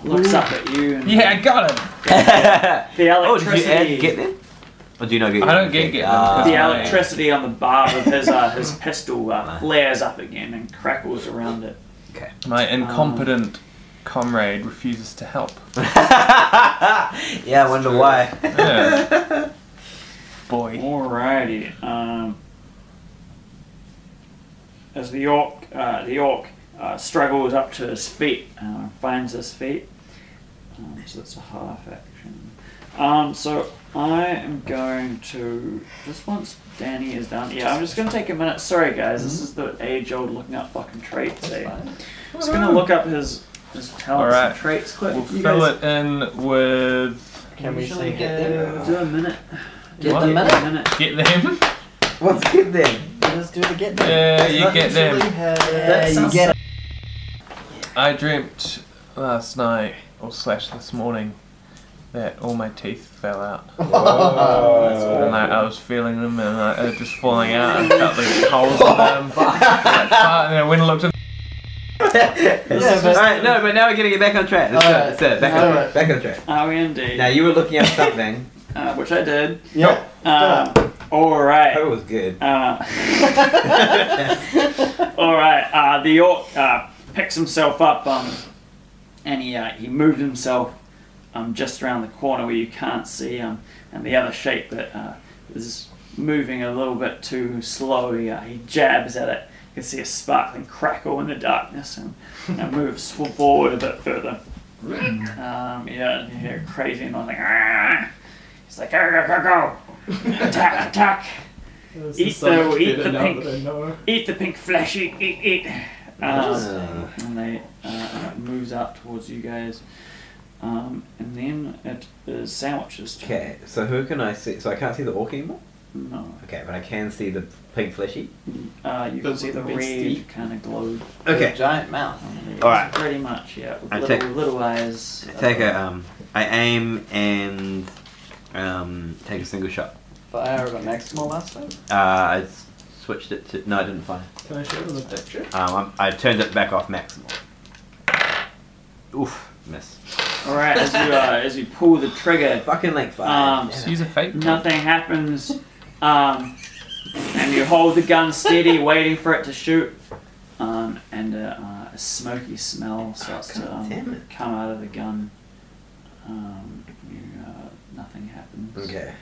[SPEAKER 2] Looks up at you and
[SPEAKER 4] Yeah, I got him.
[SPEAKER 2] the
[SPEAKER 6] Oh, did you
[SPEAKER 2] electricity.
[SPEAKER 6] add get them? Or do you not get
[SPEAKER 4] I
[SPEAKER 6] them?
[SPEAKER 4] don't get- get them.
[SPEAKER 6] Ah.
[SPEAKER 2] the
[SPEAKER 4] Yeah.
[SPEAKER 2] electricity on the barb of his uh, his pistol uh, flares up again and crackles around it.
[SPEAKER 4] My incompetent comrade refuses to help.
[SPEAKER 1] Ah. yeah, I wonder why.
[SPEAKER 4] Yeah. Boy.
[SPEAKER 2] Alrighty. Um, as the orc, uh, the orc uh, struggles up to his feet, uh, finds his feet. Um, so that's a half action. Um, so I am going to just once Danny is done. Yeah, I'm just going to take a minute. Sorry, guys. This is the age-old looking up fucking traits. Eh? I'm just going to look up his his talents
[SPEAKER 4] Alright.
[SPEAKER 2] and traits quick.
[SPEAKER 4] We'll
[SPEAKER 2] you
[SPEAKER 4] fill
[SPEAKER 2] guys
[SPEAKER 4] it in with
[SPEAKER 5] Can we
[SPEAKER 7] Usually
[SPEAKER 5] see get them?
[SPEAKER 2] do a minute.
[SPEAKER 5] Get
[SPEAKER 4] What?
[SPEAKER 5] them in it?
[SPEAKER 2] A minute.
[SPEAKER 4] get them.
[SPEAKER 1] What's good then?
[SPEAKER 5] Let us do the get them.
[SPEAKER 4] Yeah, you get them.
[SPEAKER 5] Yeah, you get
[SPEAKER 4] I dreamt last night or slash this morning that all my teeth fell out, and I, I was feeling them, and I, they were just falling out. I felt the holes in them. Like, fuck, and I went and looked at.
[SPEAKER 5] Yeah, but-
[SPEAKER 6] Alright,
[SPEAKER 4] Oh,
[SPEAKER 6] no, but now we're gonna get back on track. Let's
[SPEAKER 5] All
[SPEAKER 6] go,
[SPEAKER 5] right.
[SPEAKER 6] let's do it. Back
[SPEAKER 5] All
[SPEAKER 6] on
[SPEAKER 5] right.
[SPEAKER 6] Back on track.
[SPEAKER 2] Are we indeed?
[SPEAKER 1] Now you were looking up something.
[SPEAKER 2] uh, which I did.
[SPEAKER 5] Yeah.
[SPEAKER 2] Um, all
[SPEAKER 1] I hope
[SPEAKER 2] right.
[SPEAKER 1] it was good.
[SPEAKER 2] Uh,
[SPEAKER 4] Um,
[SPEAKER 5] Stop.
[SPEAKER 2] all right. Uh, the orc uh, picks himself up, um, and he uh, he moved himself um, just around the corner where you can't see um, and the other shape that uh, is moving a little bit too slow. He, uh, he jabs at it. You can see a sparkling crackle in the darkness, and, and moves forward a bit further. Um, yeah, and you hear crazy and like, "Argh." he's like, go, go, go, go, attack, attack,
[SPEAKER 3] This
[SPEAKER 2] Eat
[SPEAKER 3] is so
[SPEAKER 2] the-
[SPEAKER 3] much
[SPEAKER 2] eat
[SPEAKER 3] better
[SPEAKER 2] the
[SPEAKER 3] now
[SPEAKER 2] pink.
[SPEAKER 3] that I know.
[SPEAKER 2] eat the pink flesh, eat, eat, eat. Um,
[SPEAKER 1] Ah.
[SPEAKER 2] and they uh, and it moves out towards you guys. Um, and then it is sandwiches. turn.
[SPEAKER 1] Okay, so who can I see? So I can't see the orc anymore?
[SPEAKER 2] No.
[SPEAKER 1] Okay, but I can see the pink fleshy.
[SPEAKER 2] Uh, you can
[SPEAKER 3] The-
[SPEAKER 2] see the
[SPEAKER 3] the big
[SPEAKER 2] red
[SPEAKER 3] steep.
[SPEAKER 2] kind of glow.
[SPEAKER 5] With a giant mouth.
[SPEAKER 6] All right.
[SPEAKER 2] Pretty much, yeah. With
[SPEAKER 6] I
[SPEAKER 2] little,
[SPEAKER 6] take-
[SPEAKER 2] little eyes.
[SPEAKER 6] I take a um, I aim and um, take a single shot.
[SPEAKER 5] Fire of a maximal last time.
[SPEAKER 6] Uh, I s- switched it to no, I didn't fire.
[SPEAKER 3] Can I show them the picture?
[SPEAKER 6] Um, I, I turned it back off maximal. Oof, miss.
[SPEAKER 2] All right, as you uh, as you pull the trigger,
[SPEAKER 1] Fucking like five.
[SPEAKER 2] um,
[SPEAKER 1] Yeah.
[SPEAKER 4] Just use a fake.
[SPEAKER 2] nothing happens. Um, and you hold the gun steady, waiting for it to shoot. Um, and a, uh, a smoky smell starts to
[SPEAKER 1] Ah, damn
[SPEAKER 2] um,
[SPEAKER 1] it.
[SPEAKER 2] come out of the gun. Um, you, uh, nothing happens.
[SPEAKER 1] Okay.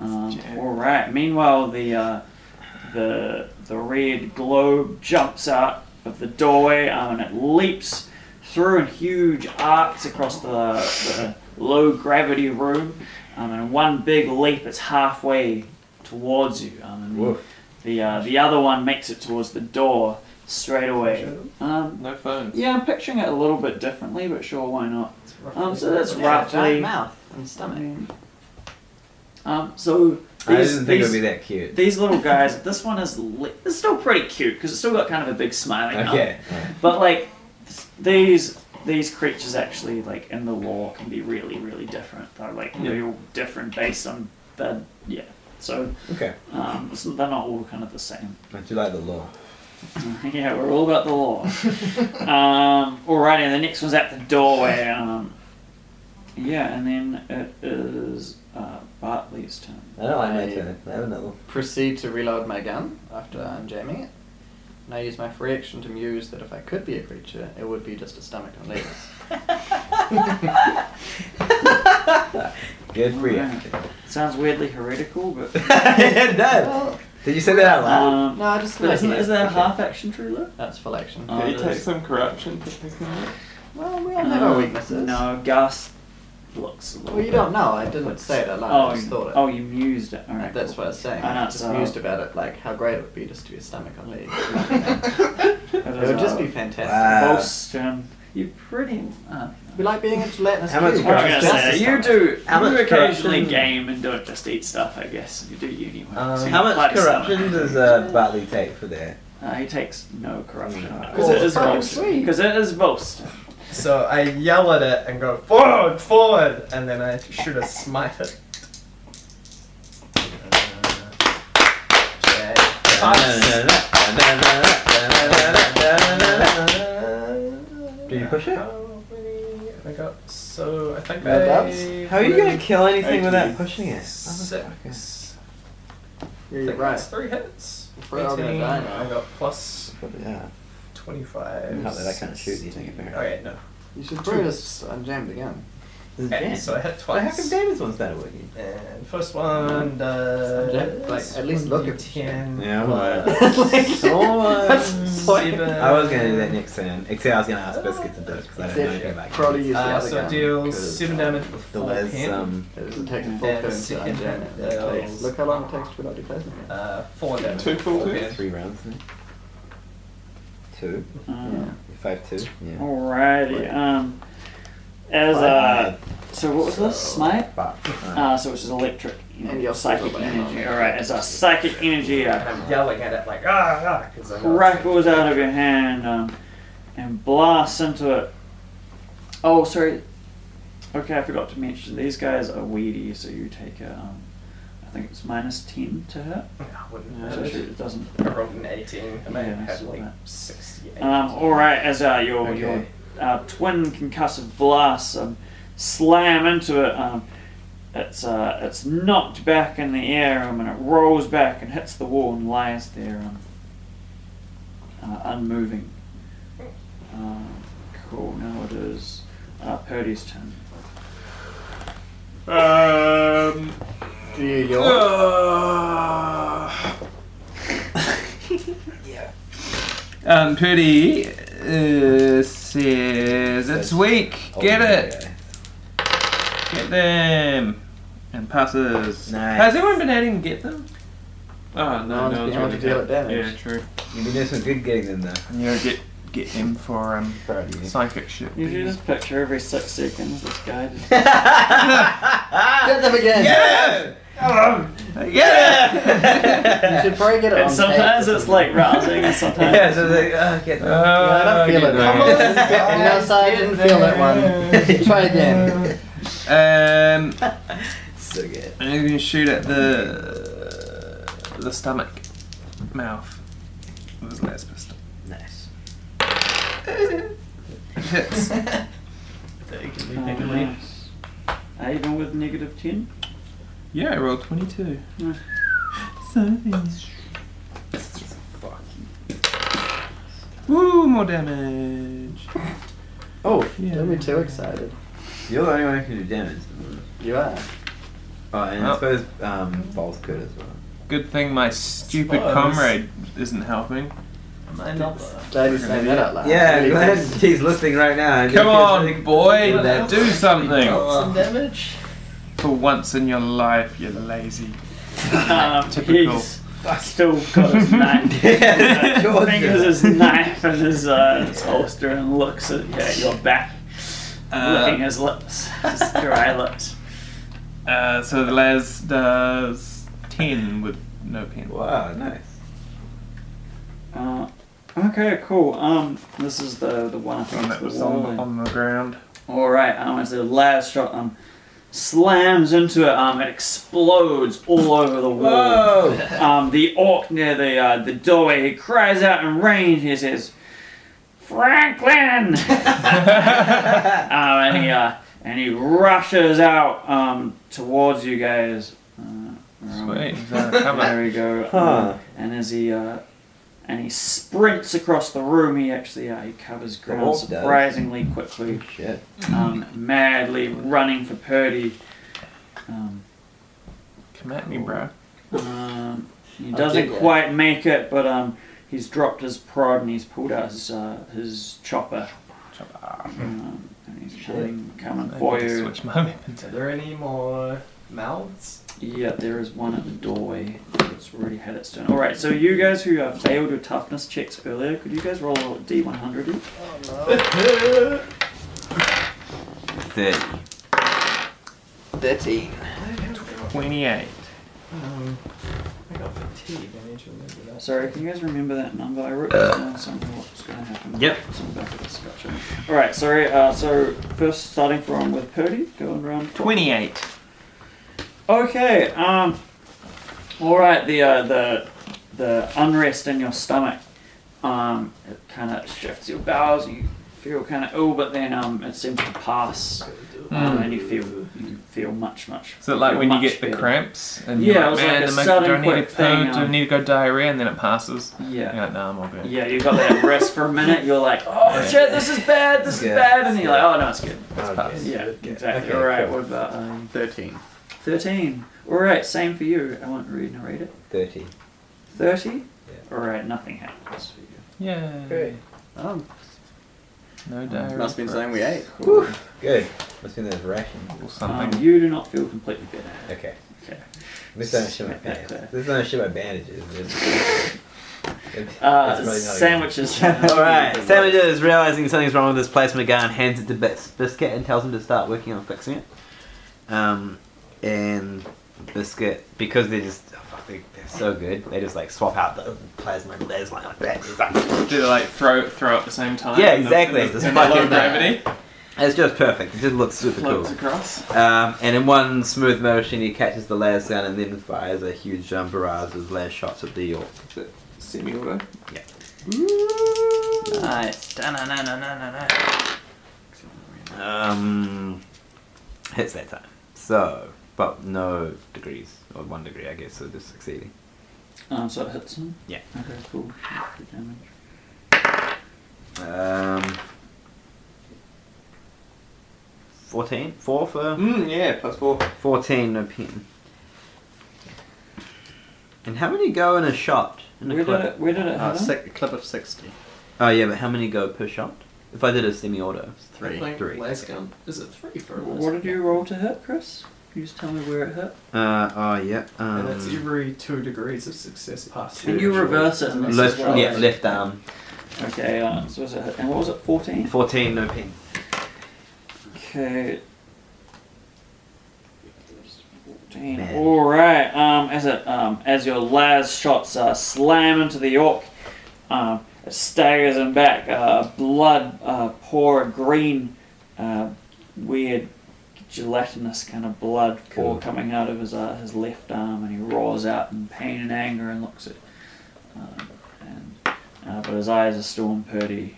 [SPEAKER 2] Um,
[SPEAKER 4] Jack.
[SPEAKER 2] all right. Meanwhile, the uh, the the red globe jumps out of the doorway um, and it leaps through in huge arcs across the, the low gravity room. Um, and in one big leap, it's halfway towards you. Um, and
[SPEAKER 1] Woof.
[SPEAKER 2] the uh, the other one makes it towards the door straight away. Um,
[SPEAKER 4] No phone.
[SPEAKER 2] yeah, I'm picturing it a little bit differently, but sure, why not?
[SPEAKER 3] It's roughly
[SPEAKER 2] Um, so that's
[SPEAKER 5] Yeah,
[SPEAKER 2] roughly.
[SPEAKER 5] giant mouth and stomach.
[SPEAKER 2] Um, so these,
[SPEAKER 1] I didn't think it
[SPEAKER 2] these,
[SPEAKER 1] would be that cute.
[SPEAKER 2] these little guys, this one is li- it's still pretty cute because it's still got kind of a big smiling mouth.
[SPEAKER 1] Okay.
[SPEAKER 2] But like th- these these creatures actually like in the lore can be really really different. They're like
[SPEAKER 4] Yeah.
[SPEAKER 2] real different based on their yeah. So
[SPEAKER 1] Okay.
[SPEAKER 2] um, so they're not all kind of the same.
[SPEAKER 1] I do like the law.
[SPEAKER 2] yeah, we're all about the lore. um, alrighty, and the next one's at the doorway. Um, yeah, and then it is uh, Bartley's turn.
[SPEAKER 1] I don't like my
[SPEAKER 5] I-
[SPEAKER 1] turn. I have another one.
[SPEAKER 5] Proceed to reload my gun after unjamming it. And I use my free action to muse that if I could be a creature, it would be just a stomach and legs.
[SPEAKER 1] Good for you.
[SPEAKER 2] Alright. Sounds weirdly heretical, but
[SPEAKER 1] it does.
[SPEAKER 5] Well,
[SPEAKER 1] Did you say that out loud?
[SPEAKER 2] um,
[SPEAKER 5] no, I just
[SPEAKER 2] But isn't,
[SPEAKER 5] like it.
[SPEAKER 2] is that a half action true love?
[SPEAKER 5] That's full action.
[SPEAKER 2] Oh,
[SPEAKER 4] Can you
[SPEAKER 2] it
[SPEAKER 4] take
[SPEAKER 2] is.
[SPEAKER 4] some corruption for picking it?
[SPEAKER 5] Well, we all have our
[SPEAKER 2] Uh,
[SPEAKER 5] weaknesses.
[SPEAKER 2] No, Gus looks a little
[SPEAKER 5] Well, you
[SPEAKER 2] bit-
[SPEAKER 5] don't know. I didn't say it out loud.
[SPEAKER 2] Oh,
[SPEAKER 5] I just
[SPEAKER 2] you-
[SPEAKER 5] thought it.
[SPEAKER 2] oh, you mused it. All right.
[SPEAKER 5] That's what I was saying.
[SPEAKER 2] I know,
[SPEAKER 5] I just
[SPEAKER 2] so-
[SPEAKER 5] mused about it, like how great it would be just to be a stomach on legs.
[SPEAKER 2] It
[SPEAKER 5] it
[SPEAKER 2] is,
[SPEAKER 5] would just
[SPEAKER 2] uh,
[SPEAKER 5] be fantastic.
[SPEAKER 1] Wow.
[SPEAKER 2] Boston. You pretty. Uh,
[SPEAKER 5] We like being a gelatinous
[SPEAKER 1] How much
[SPEAKER 5] cube.
[SPEAKER 2] I was
[SPEAKER 1] Correct.
[SPEAKER 2] gonna
[SPEAKER 5] Just a
[SPEAKER 2] say, you
[SPEAKER 5] stomach.
[SPEAKER 2] do.
[SPEAKER 1] How
[SPEAKER 2] you
[SPEAKER 1] much
[SPEAKER 2] occasionally
[SPEAKER 1] corruption- Uh,
[SPEAKER 2] game and don't just eat stuff, I guess. You do uni work. so
[SPEAKER 4] Um,
[SPEAKER 2] you
[SPEAKER 1] How much
[SPEAKER 2] like stomach.
[SPEAKER 1] corruption does uh, Bartley take for that?
[SPEAKER 2] Uh, he takes no corruption.
[SPEAKER 1] No.
[SPEAKER 2] Because it
[SPEAKER 3] Oh,
[SPEAKER 2] is
[SPEAKER 3] fuck,
[SPEAKER 2] Boston.
[SPEAKER 5] sweet.
[SPEAKER 2] Because it is Boston.
[SPEAKER 3] So I yell at it and go forward, forward, and then I shoot a smite it. Okay. Five.
[SPEAKER 1] Do you push it?
[SPEAKER 3] I got so I think
[SPEAKER 5] Red
[SPEAKER 3] I
[SPEAKER 5] dots?
[SPEAKER 1] How are you gonna kill anything without
[SPEAKER 3] Eighty
[SPEAKER 1] pushing it?
[SPEAKER 3] six.
[SPEAKER 5] Yeah,
[SPEAKER 3] I
[SPEAKER 5] you're
[SPEAKER 3] think
[SPEAKER 5] right.
[SPEAKER 3] that's three hits.
[SPEAKER 5] We're all gonna
[SPEAKER 3] 18,
[SPEAKER 5] die now.
[SPEAKER 3] I got plus
[SPEAKER 1] Yeah.
[SPEAKER 3] twenty five.
[SPEAKER 1] Not that I can't shoot anything apparently.
[SPEAKER 3] Okay, no.
[SPEAKER 5] You should probably just unjam it again.
[SPEAKER 1] This is
[SPEAKER 3] Okay,
[SPEAKER 1] Jan.
[SPEAKER 3] so I hit
[SPEAKER 1] Well, how come
[SPEAKER 3] twice.
[SPEAKER 1] David's one's better working?
[SPEAKER 3] And first one does
[SPEAKER 5] Like, at least look at-
[SPEAKER 3] ten.
[SPEAKER 1] Yeah, I'm
[SPEAKER 3] plus
[SPEAKER 1] I
[SPEAKER 3] seven.
[SPEAKER 1] was gonna do that next turn, except I was gonna ask Biscuit to do it because I don't know anything about
[SPEAKER 5] Probably
[SPEAKER 1] games.
[SPEAKER 5] use the
[SPEAKER 3] Uh,
[SPEAKER 5] other
[SPEAKER 3] so
[SPEAKER 5] gun.
[SPEAKER 3] it deals
[SPEAKER 1] because,
[SPEAKER 3] seven damage with
[SPEAKER 1] The
[SPEAKER 3] full
[SPEAKER 1] Liz,
[SPEAKER 3] pen.
[SPEAKER 1] um,
[SPEAKER 5] It doesn't take a full
[SPEAKER 3] Yeah,
[SPEAKER 5] turn to
[SPEAKER 3] sick
[SPEAKER 5] unjam it.
[SPEAKER 3] impact.
[SPEAKER 5] That takes-
[SPEAKER 3] Those-
[SPEAKER 5] Look how long it takes to reload your plasma.
[SPEAKER 3] uh, four damage.
[SPEAKER 4] Two full
[SPEAKER 3] Full
[SPEAKER 4] turns?
[SPEAKER 3] pen.
[SPEAKER 1] three rounds. isn't it? Two,
[SPEAKER 2] Um,
[SPEAKER 1] five, two. Yeah.
[SPEAKER 2] Alrighty. Um, as uh, so what was this? Smite.
[SPEAKER 1] But, uh,
[SPEAKER 2] Uh, so it's just electric you know,
[SPEAKER 5] And your
[SPEAKER 2] psychic
[SPEAKER 5] silver
[SPEAKER 2] energy.
[SPEAKER 5] banner.
[SPEAKER 2] All right, as our psychic energy
[SPEAKER 3] And
[SPEAKER 2] uh,
[SPEAKER 3] I'm yelling at it like ah ah because I know it's-
[SPEAKER 2] crackles out of your hand um, and blasts into it. Oh, sorry. Okay, I forgot to mention these guys are weedy, so you take a, um, I think it's minus ten to hit.
[SPEAKER 3] I wouldn't
[SPEAKER 2] So
[SPEAKER 3] know.
[SPEAKER 2] it it doesn't.
[SPEAKER 3] I rolled an 18. I may
[SPEAKER 2] Yeah,
[SPEAKER 3] have
[SPEAKER 2] that's
[SPEAKER 3] had like
[SPEAKER 2] alright.
[SPEAKER 3] 68.
[SPEAKER 2] Um, all right, as uh, your your
[SPEAKER 1] Okay.
[SPEAKER 2] uh, twin concussive blasts um, slam into it, um, It's uh, it's knocked back in the air um, and when it rolls back and hits the wall and lies there um, uh, unmoving. Um, cool. Now it is uh, Purdy's turn.
[SPEAKER 4] Um.
[SPEAKER 5] Do you yawn?
[SPEAKER 4] Uh, um, Purdy uh, says it's weak. Get it. Get them. And passes.
[SPEAKER 6] Nice.
[SPEAKER 4] Has anyone been adding get them? Oh no, no,
[SPEAKER 5] No one's
[SPEAKER 4] one's
[SPEAKER 5] been able to
[SPEAKER 4] really
[SPEAKER 5] deal it
[SPEAKER 4] had-
[SPEAKER 5] damage.
[SPEAKER 4] Yeah, true.
[SPEAKER 1] You've been doing some good getting them though.
[SPEAKER 4] And you get get him for um
[SPEAKER 1] Proud of you.
[SPEAKER 4] psychic shit.
[SPEAKER 2] You do this picture every six seconds. This guy just
[SPEAKER 5] Get them again.
[SPEAKER 6] Yeah!
[SPEAKER 5] You should probably get it
[SPEAKER 2] And
[SPEAKER 5] on
[SPEAKER 2] sometimes
[SPEAKER 5] tape.
[SPEAKER 2] it's like rousing, and sometimes
[SPEAKER 1] Yeah, so it's like, oh, get them.
[SPEAKER 5] Yeah, I don't feel it.
[SPEAKER 4] Come
[SPEAKER 5] You know, so I didn't feel that one. Try again.
[SPEAKER 4] Um,
[SPEAKER 1] so good.
[SPEAKER 4] I'm gonna shoot at the the stomach, mouth with his last pistol.
[SPEAKER 1] Nice.
[SPEAKER 4] It hits.
[SPEAKER 2] Oh, nice. Uh, even with negative 10?
[SPEAKER 4] yeah, I rolled 22.
[SPEAKER 2] Nice.
[SPEAKER 4] So Woo, more damage.
[SPEAKER 5] Oh,
[SPEAKER 4] Yeah.
[SPEAKER 5] don't be too excited.
[SPEAKER 1] You're the only one who can do damage.
[SPEAKER 5] You are.
[SPEAKER 1] Oh, and
[SPEAKER 4] Oh.
[SPEAKER 1] I suppose um, Falls could as well.
[SPEAKER 4] Good thing my stupid
[SPEAKER 3] Suppose.
[SPEAKER 4] comrade isn't helping.
[SPEAKER 5] Glad you saying that out loud.
[SPEAKER 1] Yeah,
[SPEAKER 5] Really
[SPEAKER 1] glad
[SPEAKER 5] good.
[SPEAKER 1] he's listening right now.
[SPEAKER 4] Come on, boy,
[SPEAKER 1] that-
[SPEAKER 4] do something.
[SPEAKER 1] Oh.
[SPEAKER 3] damage.
[SPEAKER 4] For once in your life, you lazy.
[SPEAKER 2] Um,
[SPEAKER 4] Typical.
[SPEAKER 2] He's still got his knife.
[SPEAKER 1] Yeah, George.
[SPEAKER 2] fingers his knife in his, uh, his holster and looks at yeah, your back, licking his lips, his dry lips.
[SPEAKER 4] Uh, so the Laz does 10 with no pen.
[SPEAKER 1] Wow, nice.
[SPEAKER 2] Uh, okay, cool. Um, this is the the one I think
[SPEAKER 4] And
[SPEAKER 2] it's the
[SPEAKER 4] that was
[SPEAKER 2] wall
[SPEAKER 4] on,
[SPEAKER 2] one.
[SPEAKER 4] on the ground.
[SPEAKER 2] All right, um, as the last shot um, slams into it, um, it explodes all over the wall. Um, the orc near the uh, the doorway he cries out in rage. He says, "Franklin!" um, and he uh, and he rushes out um, towards you guys. Uh,
[SPEAKER 4] Sweet. Is that a cover?
[SPEAKER 2] there we go.
[SPEAKER 1] Huh.
[SPEAKER 2] Um, and as he uh, and he sprints across the room, he actually uh, he covers ground
[SPEAKER 1] orc does.
[SPEAKER 2] surprisingly quickly
[SPEAKER 1] Shit.
[SPEAKER 2] um, madly running for Purdy. Um,
[SPEAKER 4] Come at me, bro.
[SPEAKER 2] um, he
[SPEAKER 5] I
[SPEAKER 2] doesn't
[SPEAKER 5] dig that.
[SPEAKER 2] quite make it, but um, he's dropped his prod and he's pulled out his, uh, his chopper. Um, and he's coming, coming
[SPEAKER 4] I
[SPEAKER 2] for
[SPEAKER 4] need to
[SPEAKER 2] you.
[SPEAKER 4] switch my weapons.
[SPEAKER 3] Are there any more mouths?
[SPEAKER 2] Yeah, there is one at the doorway that's already had its turn. Alright, so you guys who uh, failed your toughness checks earlier, could you guys roll a D100 each?
[SPEAKER 3] Oh.
[SPEAKER 6] Thirty.
[SPEAKER 7] 13.
[SPEAKER 4] 28.
[SPEAKER 3] Um, I got fatigue. I need to remember that.
[SPEAKER 2] Sorry, can you guys remember that number? I wrote this down somewhere what's going to happen.
[SPEAKER 6] Yep.
[SPEAKER 2] It's on the back of this gotcha. All right, sorry. Uh, so first, starting from with Purdy, going around.
[SPEAKER 4] 28.
[SPEAKER 2] Okay. Um. All right. The uh, the the unrest in your stomach. Um. It kind of shifts your bowels. And you feel kind of ill, but then um, it seems to pass, um, and you feel you feel much much.
[SPEAKER 4] Is it like
[SPEAKER 2] feel
[SPEAKER 4] when you
[SPEAKER 2] much
[SPEAKER 4] get the
[SPEAKER 2] better.
[SPEAKER 4] cramps and
[SPEAKER 2] Yeah, it
[SPEAKER 4] you're
[SPEAKER 2] was
[SPEAKER 4] like,
[SPEAKER 2] like
[SPEAKER 4] man,
[SPEAKER 2] a
[SPEAKER 4] am I-
[SPEAKER 2] sudden
[SPEAKER 4] do I need
[SPEAKER 2] quick
[SPEAKER 4] to
[SPEAKER 2] thing,
[SPEAKER 4] poo? Do I
[SPEAKER 2] um,
[SPEAKER 4] need to go diarrhea? And then it passes.
[SPEAKER 2] Yeah.
[SPEAKER 4] You're like, nah, I'm all good.
[SPEAKER 2] Yeah, you got that rest for a minute. You're like, oh
[SPEAKER 4] Yeah.
[SPEAKER 2] shit, this is bad, this is
[SPEAKER 1] Yeah.
[SPEAKER 2] bad, and then you're like, oh no, it's good.
[SPEAKER 4] Pass.
[SPEAKER 2] Yeah, exactly.
[SPEAKER 1] Okay,
[SPEAKER 2] All right.
[SPEAKER 1] cool.
[SPEAKER 2] What about um,
[SPEAKER 7] 13.
[SPEAKER 2] thirteen? All right, same for you. I won't read and read it.
[SPEAKER 1] 30.
[SPEAKER 2] Thirty.
[SPEAKER 1] Yeah.
[SPEAKER 2] All right, nothing happens for you.
[SPEAKER 4] Yeah.
[SPEAKER 3] Great.
[SPEAKER 7] Oh,
[SPEAKER 4] No diarrhea.
[SPEAKER 7] must have been
[SPEAKER 4] for
[SPEAKER 7] something we
[SPEAKER 4] us.
[SPEAKER 7] ate.
[SPEAKER 1] Whew. Good. Must be those rations.
[SPEAKER 4] Or
[SPEAKER 2] Um,
[SPEAKER 4] something.
[SPEAKER 2] you do not feel completely better.
[SPEAKER 1] Okay.
[SPEAKER 2] Okay.
[SPEAKER 1] This time I shit my pants. This time I shit my bandages. It's- it's
[SPEAKER 2] Uh,
[SPEAKER 1] probably not a good-
[SPEAKER 2] sandwiches.
[SPEAKER 6] Alright, Sandwiches realizing something's wrong with this placement guy and hands it to Bis- Biscuit and tells him to start working on fixing it. Um, and Biscuit, because they're just, oh, fuck, they, they're so good, they just like swap out the plasma and Les like that. It's, like,
[SPEAKER 4] Do they like throw throw at the same time?
[SPEAKER 6] Yeah,
[SPEAKER 4] in the-
[SPEAKER 6] exactly.
[SPEAKER 4] in the-
[SPEAKER 6] It's
[SPEAKER 4] in the low
[SPEAKER 6] fucking-
[SPEAKER 4] gravity
[SPEAKER 6] it's just perfect. It just looks super
[SPEAKER 4] floats
[SPEAKER 6] cool.
[SPEAKER 4] across.
[SPEAKER 6] Um, and in one smooth motion, he catches the Les down and then fires a huge um, barrage of Les shots at the York.
[SPEAKER 4] Semi-auto.
[SPEAKER 7] Nice.
[SPEAKER 6] Um, hits that time. So, but no degrees or one degree, I guess. So just succeeding.
[SPEAKER 2] Um, so it hits him?
[SPEAKER 6] Yeah.
[SPEAKER 2] Okay, cool. Good damage.
[SPEAKER 6] Um, 14? 4 for?
[SPEAKER 1] Mm, yeah, plus four.
[SPEAKER 6] 14, no pin. And how many go in a shot? In a
[SPEAKER 2] Where did
[SPEAKER 6] clip?
[SPEAKER 2] it, where did it
[SPEAKER 5] Uh,
[SPEAKER 2] hit him?
[SPEAKER 5] six, clip of 60.
[SPEAKER 6] Oh, yeah, but how many go per shot? If I did a semi auto.
[SPEAKER 5] Three.
[SPEAKER 6] think Three. last
[SPEAKER 5] Last gun. Is it three for
[SPEAKER 2] What did you roll to hit, Chris? Can you just tell me where it hit?
[SPEAKER 6] Uh, oh, yeah. Um,
[SPEAKER 3] and it's every two degrees of success past.
[SPEAKER 2] And you reverse it. And
[SPEAKER 6] left,
[SPEAKER 2] well,
[SPEAKER 6] yeah,
[SPEAKER 2] right?
[SPEAKER 6] left arm.
[SPEAKER 2] Okay, uh, so was it hit? And what was it, 14?
[SPEAKER 6] 14, no pin.
[SPEAKER 2] Okay. 14.
[SPEAKER 6] Man.
[SPEAKER 2] All right. Um, as it um, as your last shots uh, slam into the orc, um, it staggers him back. Uh, blood, uh, poor green, uh, weird, gelatinous kind of blood pour
[SPEAKER 6] Cool.
[SPEAKER 2] coming out of his uh, his left arm, and he roars out in pain and anger and looks at. Um, and uh, but his eyes are still on Purdy.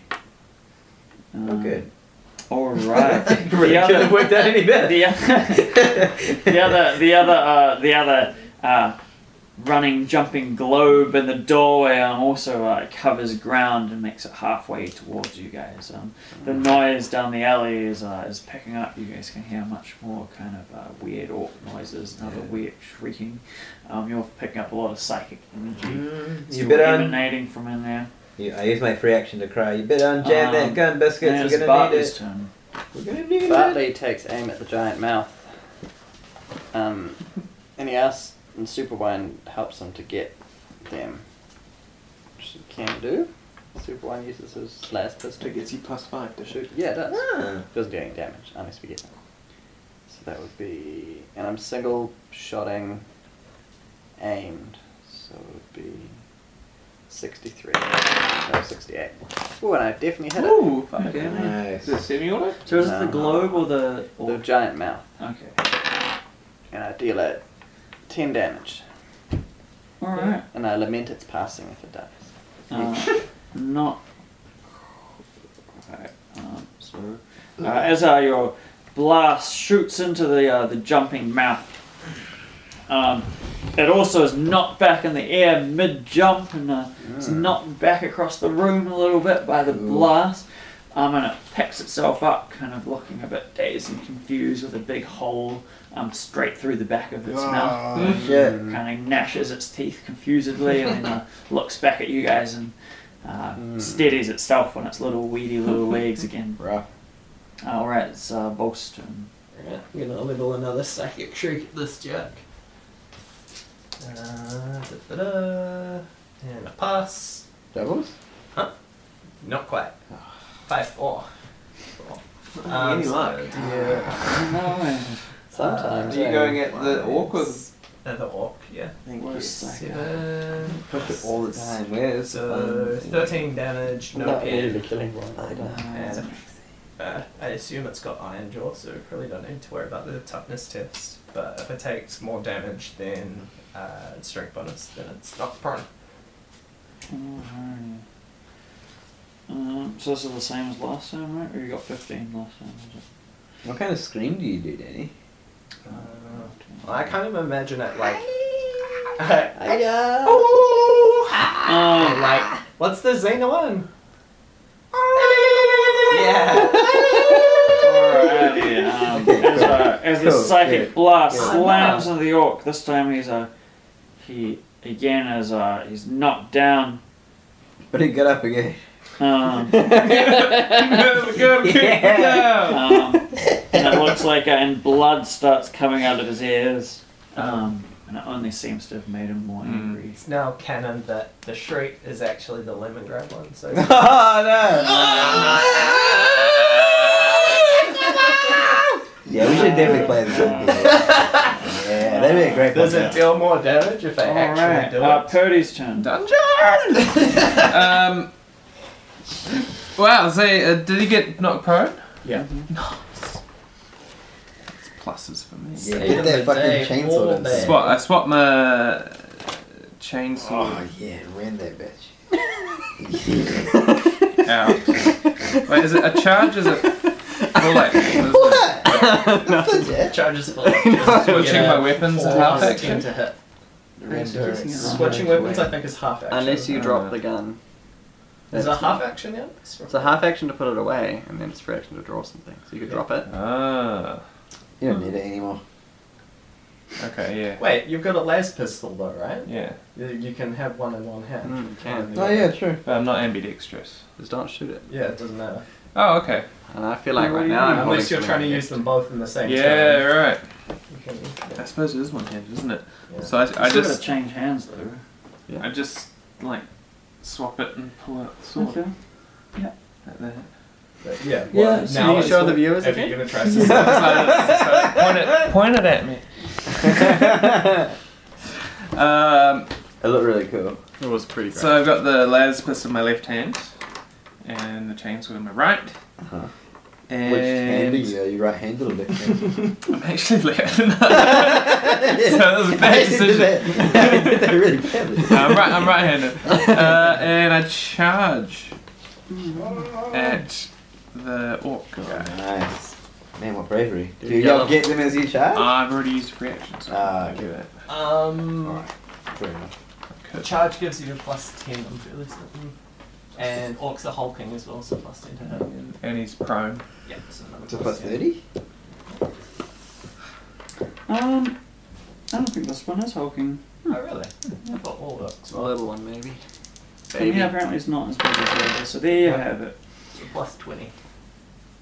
[SPEAKER 2] Um,
[SPEAKER 1] good.
[SPEAKER 2] All right.
[SPEAKER 1] really
[SPEAKER 2] The
[SPEAKER 1] couldn't
[SPEAKER 2] other-
[SPEAKER 1] have worked out any better.
[SPEAKER 2] the, the other, the other, uh, the other uh, running, jumping globe in the doorway um, also uh, covers ground and makes it halfway towards you guys. Um, the
[SPEAKER 1] Mm.
[SPEAKER 2] noise down the alley is uh, is picking up. You guys can hear much more kind of uh, weird orc noises and other weird shrieking. Um, you're picking up a lot of psychic energy.
[SPEAKER 1] Mm. you
[SPEAKER 2] still
[SPEAKER 1] better un-
[SPEAKER 2] emanating from in there.
[SPEAKER 1] you, I use my free action to cry. You better unjam
[SPEAKER 2] Um,
[SPEAKER 1] that gun, biscuits.
[SPEAKER 2] and
[SPEAKER 1] We're
[SPEAKER 2] it's
[SPEAKER 1] gonna need
[SPEAKER 2] Bartley's
[SPEAKER 1] it.
[SPEAKER 2] turn.
[SPEAKER 1] We're gonna need it.
[SPEAKER 7] Bartley takes aim at the giant mouth. Um, and he asks, and Superwine helps him to get them. Which he can do. Superwine uses his last pistol
[SPEAKER 4] It gets you plus five
[SPEAKER 7] to
[SPEAKER 4] to shoot.
[SPEAKER 7] shoot. Yeah, it does.
[SPEAKER 1] Ah.
[SPEAKER 7] Doesn't do any damage unless we get them. So that would be. And I'm single shotting aimed. So it would be 63. No, 68. Ooh, and I definitely hit it.
[SPEAKER 2] Ooh, fuck
[SPEAKER 1] Okay,
[SPEAKER 2] yeah.
[SPEAKER 1] nice.
[SPEAKER 3] semi-auto?
[SPEAKER 2] So is it the
[SPEAKER 7] No.
[SPEAKER 2] globe or the?
[SPEAKER 7] The
[SPEAKER 2] Or,
[SPEAKER 7] giant mouth.
[SPEAKER 2] okay.
[SPEAKER 7] And I deal it 10 damage.
[SPEAKER 2] All right.
[SPEAKER 7] And I lament its passing if it dies.
[SPEAKER 2] Uh, not. Alright, um, so. Uh, as uh, your blast shoots into the, uh, the jumping mouth, um, it also is knocked back in the air mid jump and uh,
[SPEAKER 5] Mm.
[SPEAKER 2] it's knocked back across the room a little bit by the blast. Um, and it picks itself up, kind of looking a bit dazed and confused, with a big hole um, straight through the back of its mouth
[SPEAKER 1] Shit.
[SPEAKER 2] kind of gnashes its teeth confusedly and then uh, looks back at you guys and uh, steadies itself on its little weedy little legs again.
[SPEAKER 1] Rough.
[SPEAKER 2] All right, it's uh, Bolt's turn.
[SPEAKER 3] Alright, I'm gonna level another psychic shriek at this jerk. Uh, da, da, da. And a pass.
[SPEAKER 1] Doubles?
[SPEAKER 3] Not quite. Five four. Four. Um,
[SPEAKER 1] Any
[SPEAKER 3] so-
[SPEAKER 1] luck.
[SPEAKER 3] Yeah.
[SPEAKER 7] Sometimes.
[SPEAKER 1] Are you
[SPEAKER 7] eh?
[SPEAKER 1] going at the orc or the
[SPEAKER 3] Uh, the orc, yeah.
[SPEAKER 1] Thank
[SPEAKER 2] We're
[SPEAKER 3] Seven.
[SPEAKER 1] Push it all the time. Where's um,
[SPEAKER 3] So thirteen damage, no
[SPEAKER 7] Not
[SPEAKER 3] pin.
[SPEAKER 7] really killing one. I don't-
[SPEAKER 3] And if- uh, I assume it's got iron jaw, so we probably don't need to worry about the toughness test. But if it takes more damage than uh, its strength bonus, then it's not prone.
[SPEAKER 2] Um, Mm-hmm. so this is the same as last time, right? Or you got 15 last time? Was it?
[SPEAKER 1] What kind of scream do you do, Danny?
[SPEAKER 3] Uh, I kind of imagine it like.
[SPEAKER 1] Oh.
[SPEAKER 2] Um,
[SPEAKER 3] like, what's the Xena one?
[SPEAKER 2] Alrighty, Oh, um, as, uh, as the
[SPEAKER 1] Cool,
[SPEAKER 2] psychic
[SPEAKER 1] good,
[SPEAKER 2] blast
[SPEAKER 3] good.
[SPEAKER 2] slams into the orc, this time he's uh, he again is uh, he's knocked down.
[SPEAKER 1] But he got up again.
[SPEAKER 2] Um,
[SPEAKER 3] Good kick.
[SPEAKER 2] um, and it looks like uh, and blood starts coming out of his ears. Um, and it only seems to have made him
[SPEAKER 4] Hmm.
[SPEAKER 2] more angry.
[SPEAKER 3] It's now canon that the shriek is actually the lemon grab one. So
[SPEAKER 1] Yeah, we should definitely play this game. Yeah, that'd be a great
[SPEAKER 3] does it
[SPEAKER 1] podcast.
[SPEAKER 3] deal more damage if I
[SPEAKER 2] All right,
[SPEAKER 3] actually
[SPEAKER 2] uh,
[SPEAKER 3] do it?
[SPEAKER 2] Purdy's turn.
[SPEAKER 4] Dungeon! um. Wow, say, uh, did he get knocked prone?
[SPEAKER 2] Yeah.
[SPEAKER 4] It's pluses for me.
[SPEAKER 1] Yeah,
[SPEAKER 3] Saving
[SPEAKER 1] get that
[SPEAKER 3] the
[SPEAKER 1] fucking
[SPEAKER 3] day all
[SPEAKER 1] chainsaw
[SPEAKER 3] day.
[SPEAKER 1] in
[SPEAKER 4] Swap, I swapped my uh, chainsaw
[SPEAKER 1] Oh, yeah, ran that bitch.
[SPEAKER 4] out. Wait, is it a charge? Is it Relax.
[SPEAKER 8] Charges full.
[SPEAKER 4] Switching my weapons to half action.
[SPEAKER 8] to hit.
[SPEAKER 2] Rendering.
[SPEAKER 3] Switching weapons, I think, is half action.
[SPEAKER 5] Unless you drop the gun.
[SPEAKER 3] Is it
[SPEAKER 5] That's-
[SPEAKER 3] half action yet?
[SPEAKER 5] It's a half action to put it away, and then it's free action to draw something. So you could drop it.
[SPEAKER 4] Ah.
[SPEAKER 5] You don't need it anymore.
[SPEAKER 4] Okay, yeah.
[SPEAKER 3] Wait, you've got a las pistol though, right?
[SPEAKER 4] Yeah.
[SPEAKER 3] You, you can have one in one hand.
[SPEAKER 5] Mm,
[SPEAKER 3] one
[SPEAKER 5] can.
[SPEAKER 3] in the
[SPEAKER 5] Oh,
[SPEAKER 3] other.
[SPEAKER 5] yeah, true.
[SPEAKER 4] But I'm not ambidextrous.
[SPEAKER 5] Just don't shoot it.
[SPEAKER 3] Yeah, it doesn't matter.
[SPEAKER 4] Oh, okay.
[SPEAKER 5] And I feel like
[SPEAKER 2] What
[SPEAKER 5] right
[SPEAKER 2] do you
[SPEAKER 5] now
[SPEAKER 2] mean?
[SPEAKER 5] I'm holding
[SPEAKER 3] Unless you're
[SPEAKER 5] something
[SPEAKER 3] trying to
[SPEAKER 5] like
[SPEAKER 3] use them both in the same
[SPEAKER 4] Yeah,
[SPEAKER 3] turn.
[SPEAKER 4] right.
[SPEAKER 3] You can-
[SPEAKER 4] I suppose it is one handed, isn't it?
[SPEAKER 3] Yeah.
[SPEAKER 4] So I, I
[SPEAKER 2] Still gotta
[SPEAKER 4] just
[SPEAKER 2] change hands though.
[SPEAKER 4] I just like swap it and pull out the sword.
[SPEAKER 2] Okay.
[SPEAKER 4] Like that.
[SPEAKER 3] But yeah.
[SPEAKER 5] Yeah,
[SPEAKER 3] well,
[SPEAKER 5] so
[SPEAKER 3] now
[SPEAKER 5] you
[SPEAKER 3] it's
[SPEAKER 5] show the
[SPEAKER 3] what-
[SPEAKER 5] viewers
[SPEAKER 3] If
[SPEAKER 5] again?
[SPEAKER 3] you're gonna try to stop
[SPEAKER 4] point, it, point it at me. um,
[SPEAKER 1] It looked really cool.
[SPEAKER 5] It was pretty great.
[SPEAKER 4] so I've got the las pistol in my left hand, and the chainsaw in my right.
[SPEAKER 1] Uh-huh.
[SPEAKER 4] And
[SPEAKER 1] Which hand are you? Are you right handed or left handed?
[SPEAKER 4] I'm actually left. no. so that was a bad decision. Um,
[SPEAKER 1] I did that really badly.
[SPEAKER 4] I'm right. I'm right-handed, uh, and I charge
[SPEAKER 1] Mm-hmm.
[SPEAKER 4] at the orc guy.
[SPEAKER 1] Nice. Man, what bravery. Do
[SPEAKER 5] Dude,
[SPEAKER 1] y'all
[SPEAKER 5] yellow.
[SPEAKER 1] get them as you charge?
[SPEAKER 4] I've already used reactions.
[SPEAKER 1] Ah,
[SPEAKER 4] I give it.
[SPEAKER 3] Um,
[SPEAKER 1] Alright, fair enough.
[SPEAKER 4] Could.
[SPEAKER 3] charge gives you a plus ten on fairly certain. mm. And orcs are hulking as well, so plus ten to hit.
[SPEAKER 4] And he's prone.
[SPEAKER 3] Yeah, so another
[SPEAKER 1] It's a
[SPEAKER 3] plus
[SPEAKER 1] plus
[SPEAKER 3] 10.
[SPEAKER 1] 30?
[SPEAKER 2] Um, I don't think this one is hulking.
[SPEAKER 3] Oh really? I thought all orcs.
[SPEAKER 5] a little one, maybe. Baby.
[SPEAKER 2] Yeah, apparently it's not as big as the other. So there you have it.
[SPEAKER 3] were Plus twenty.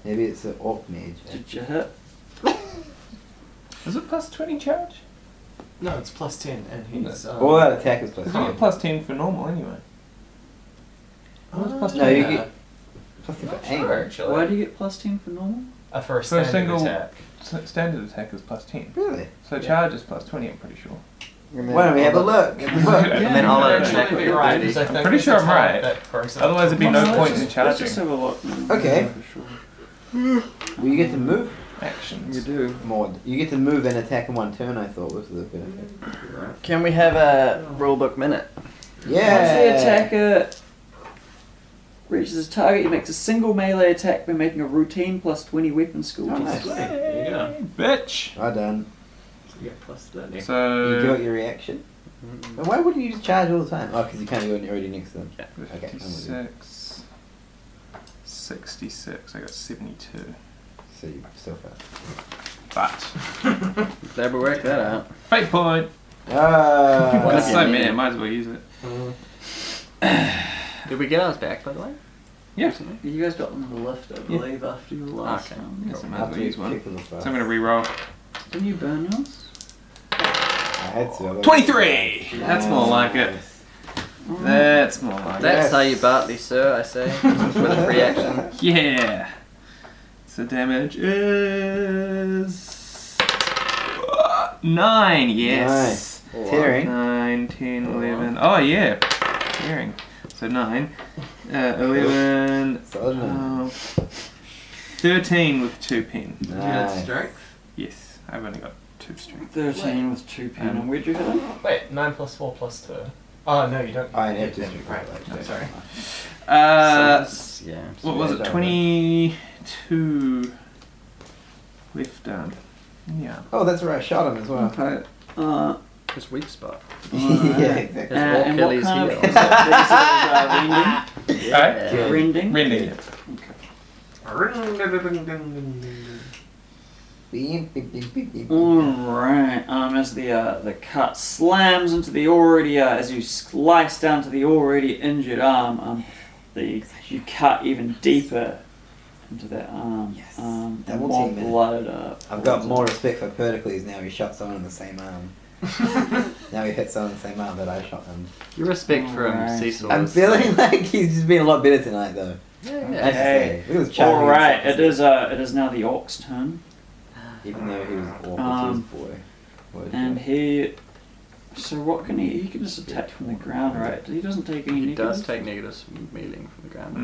[SPEAKER 1] Maybe it's an orc mage. eh?
[SPEAKER 2] Did you hit?
[SPEAKER 4] Is it plus 20 charge?
[SPEAKER 3] No, it's plus ten, and he's. Um,
[SPEAKER 1] All that attack is plus
[SPEAKER 4] Because you get
[SPEAKER 1] 10.
[SPEAKER 4] plus 10 for normal anyway. Oh, it's plus
[SPEAKER 1] No,
[SPEAKER 4] 20.
[SPEAKER 1] you
[SPEAKER 3] yeah.
[SPEAKER 1] get- Plus 10 for
[SPEAKER 3] Not sure,
[SPEAKER 1] aim.
[SPEAKER 3] actually.
[SPEAKER 2] Why do you get plus ten for normal?
[SPEAKER 3] A first
[SPEAKER 4] For a
[SPEAKER 3] standard
[SPEAKER 4] single-
[SPEAKER 3] attack.
[SPEAKER 4] S- Standard attack is plus 10.
[SPEAKER 1] Really?
[SPEAKER 4] So
[SPEAKER 3] Yeah.
[SPEAKER 4] charge is plus 20, I'm pretty sure.
[SPEAKER 1] Why don't we have a look? Have a look.
[SPEAKER 2] Yeah.
[SPEAKER 5] And then I'll
[SPEAKER 1] uh,
[SPEAKER 5] let it
[SPEAKER 3] Actually,
[SPEAKER 5] check
[SPEAKER 3] you're right,
[SPEAKER 5] with
[SPEAKER 3] because I
[SPEAKER 4] I'm
[SPEAKER 3] think
[SPEAKER 4] pretty
[SPEAKER 3] it's
[SPEAKER 4] sure
[SPEAKER 3] a
[SPEAKER 4] I'm right.
[SPEAKER 3] type that person-
[SPEAKER 4] Otherwise it'd be no
[SPEAKER 2] Let's
[SPEAKER 4] point in
[SPEAKER 2] just- Let's just
[SPEAKER 4] charging.
[SPEAKER 2] have a look. now.
[SPEAKER 1] Okay. Well, you get to move.
[SPEAKER 4] Actions.
[SPEAKER 1] do. More. You get to move and attack in one turn, I thought was the benefit.
[SPEAKER 5] Can we have a rulebook minute?
[SPEAKER 1] Yeah!
[SPEAKER 2] Once the attacker reaches his target, he makes a single melee attack by making a routine plus 20 weapon skill
[SPEAKER 1] Oh,
[SPEAKER 2] test.
[SPEAKER 1] nice.
[SPEAKER 3] There you go.
[SPEAKER 4] Bitch!
[SPEAKER 1] Well done.
[SPEAKER 3] You get plus thirty.
[SPEAKER 1] You got
[SPEAKER 4] So.
[SPEAKER 1] your reaction. But Why wouldn't you just charge all the time? Oh, because you can't go already next to them. Okay, I'm with you.
[SPEAKER 4] 56. 66. I got 72.
[SPEAKER 1] So you're so fast.
[SPEAKER 4] But.
[SPEAKER 5] There we work that out.
[SPEAKER 4] Fate point!
[SPEAKER 1] Ah!
[SPEAKER 4] That's so
[SPEAKER 5] yeah.
[SPEAKER 4] many, I might as well use it.
[SPEAKER 5] Did we get ours back, by the way?
[SPEAKER 4] Yeah.
[SPEAKER 2] You guys got them on the left, I believe, after your last
[SPEAKER 5] Okay.
[SPEAKER 2] round.
[SPEAKER 4] Yes, I might as
[SPEAKER 1] After
[SPEAKER 4] well
[SPEAKER 1] you
[SPEAKER 4] use one.
[SPEAKER 1] kick them
[SPEAKER 4] So
[SPEAKER 1] fast.
[SPEAKER 4] I'm gonna reroll.
[SPEAKER 2] Didn't you burn yours?
[SPEAKER 1] I "Oh, had to. otherwise-
[SPEAKER 4] 23! That's more like it. That's more like it.
[SPEAKER 5] That's
[SPEAKER 1] Yes.
[SPEAKER 5] how you Bartley, sir, I say. with a free action.
[SPEAKER 4] Yeah. So damage is uh, nine. Yes.
[SPEAKER 1] Tearing.
[SPEAKER 4] Nine, ten, eleven. Oh yeah, tearing. So nine, uh, eleven,
[SPEAKER 1] Solid one.
[SPEAKER 4] uh, thirteen with two pin.
[SPEAKER 1] Nice.
[SPEAKER 4] Yes, I've only got two strength.
[SPEAKER 2] 13 with 2 pen.
[SPEAKER 4] Um,
[SPEAKER 2] and where'd you hit him?
[SPEAKER 3] Wait, nine plus four plus two. Oh no, you don't.
[SPEAKER 1] I have
[SPEAKER 3] get
[SPEAKER 1] to
[SPEAKER 3] them.
[SPEAKER 1] drink
[SPEAKER 3] Right,
[SPEAKER 1] that,
[SPEAKER 3] I'm
[SPEAKER 1] actually.
[SPEAKER 3] sorry.
[SPEAKER 4] Uh,
[SPEAKER 5] Yeah.
[SPEAKER 4] what was
[SPEAKER 1] Yeah,
[SPEAKER 4] it?
[SPEAKER 1] don't
[SPEAKER 4] Twenty-two left arm. Yeah.
[SPEAKER 1] Oh, that's where I shot him as well.
[SPEAKER 2] Okay. Uh,
[SPEAKER 5] His weak spot.
[SPEAKER 1] yeah, exactly.
[SPEAKER 2] and, and what
[SPEAKER 5] Achilles
[SPEAKER 2] kind
[SPEAKER 5] heel.
[SPEAKER 2] of is that
[SPEAKER 4] Alright.
[SPEAKER 2] uh, rending? rending?
[SPEAKER 4] Rending.
[SPEAKER 1] Beep, beep, beep, beep, beep.
[SPEAKER 2] Alright, um, as the uh, the cut slams into the already, uh, as you slice down to the already injured arm, um, the you cut even deeper into that arm.
[SPEAKER 1] Yes.
[SPEAKER 2] Um, and
[SPEAKER 1] Double
[SPEAKER 2] more
[SPEAKER 1] team it.
[SPEAKER 2] blood. Uh,
[SPEAKER 1] I've
[SPEAKER 2] pours
[SPEAKER 1] got
[SPEAKER 2] in.
[SPEAKER 1] more respect for Pericles now. He shot someone in the same arm. now he hit someone in the same arm that I shot him.
[SPEAKER 5] Your respect for him,
[SPEAKER 2] Alright.
[SPEAKER 5] Cecil.
[SPEAKER 1] I'm
[SPEAKER 5] is-
[SPEAKER 1] feeling like he's just been a lot better tonight, though.
[SPEAKER 5] Yeah,
[SPEAKER 1] I have to
[SPEAKER 5] yeah.
[SPEAKER 1] say. He was charming
[SPEAKER 2] All right, it
[SPEAKER 1] himself,
[SPEAKER 2] is. Uh, it is now the orc's turn,
[SPEAKER 1] Even though he was awful,
[SPEAKER 2] Um,
[SPEAKER 1] he was a boy. What a
[SPEAKER 2] and
[SPEAKER 1] joke.
[SPEAKER 2] he. So what can he? He can just attack from the ground, right? He doesn't take any.
[SPEAKER 5] He does
[SPEAKER 2] negatives?
[SPEAKER 5] take negatives from melee from the ground.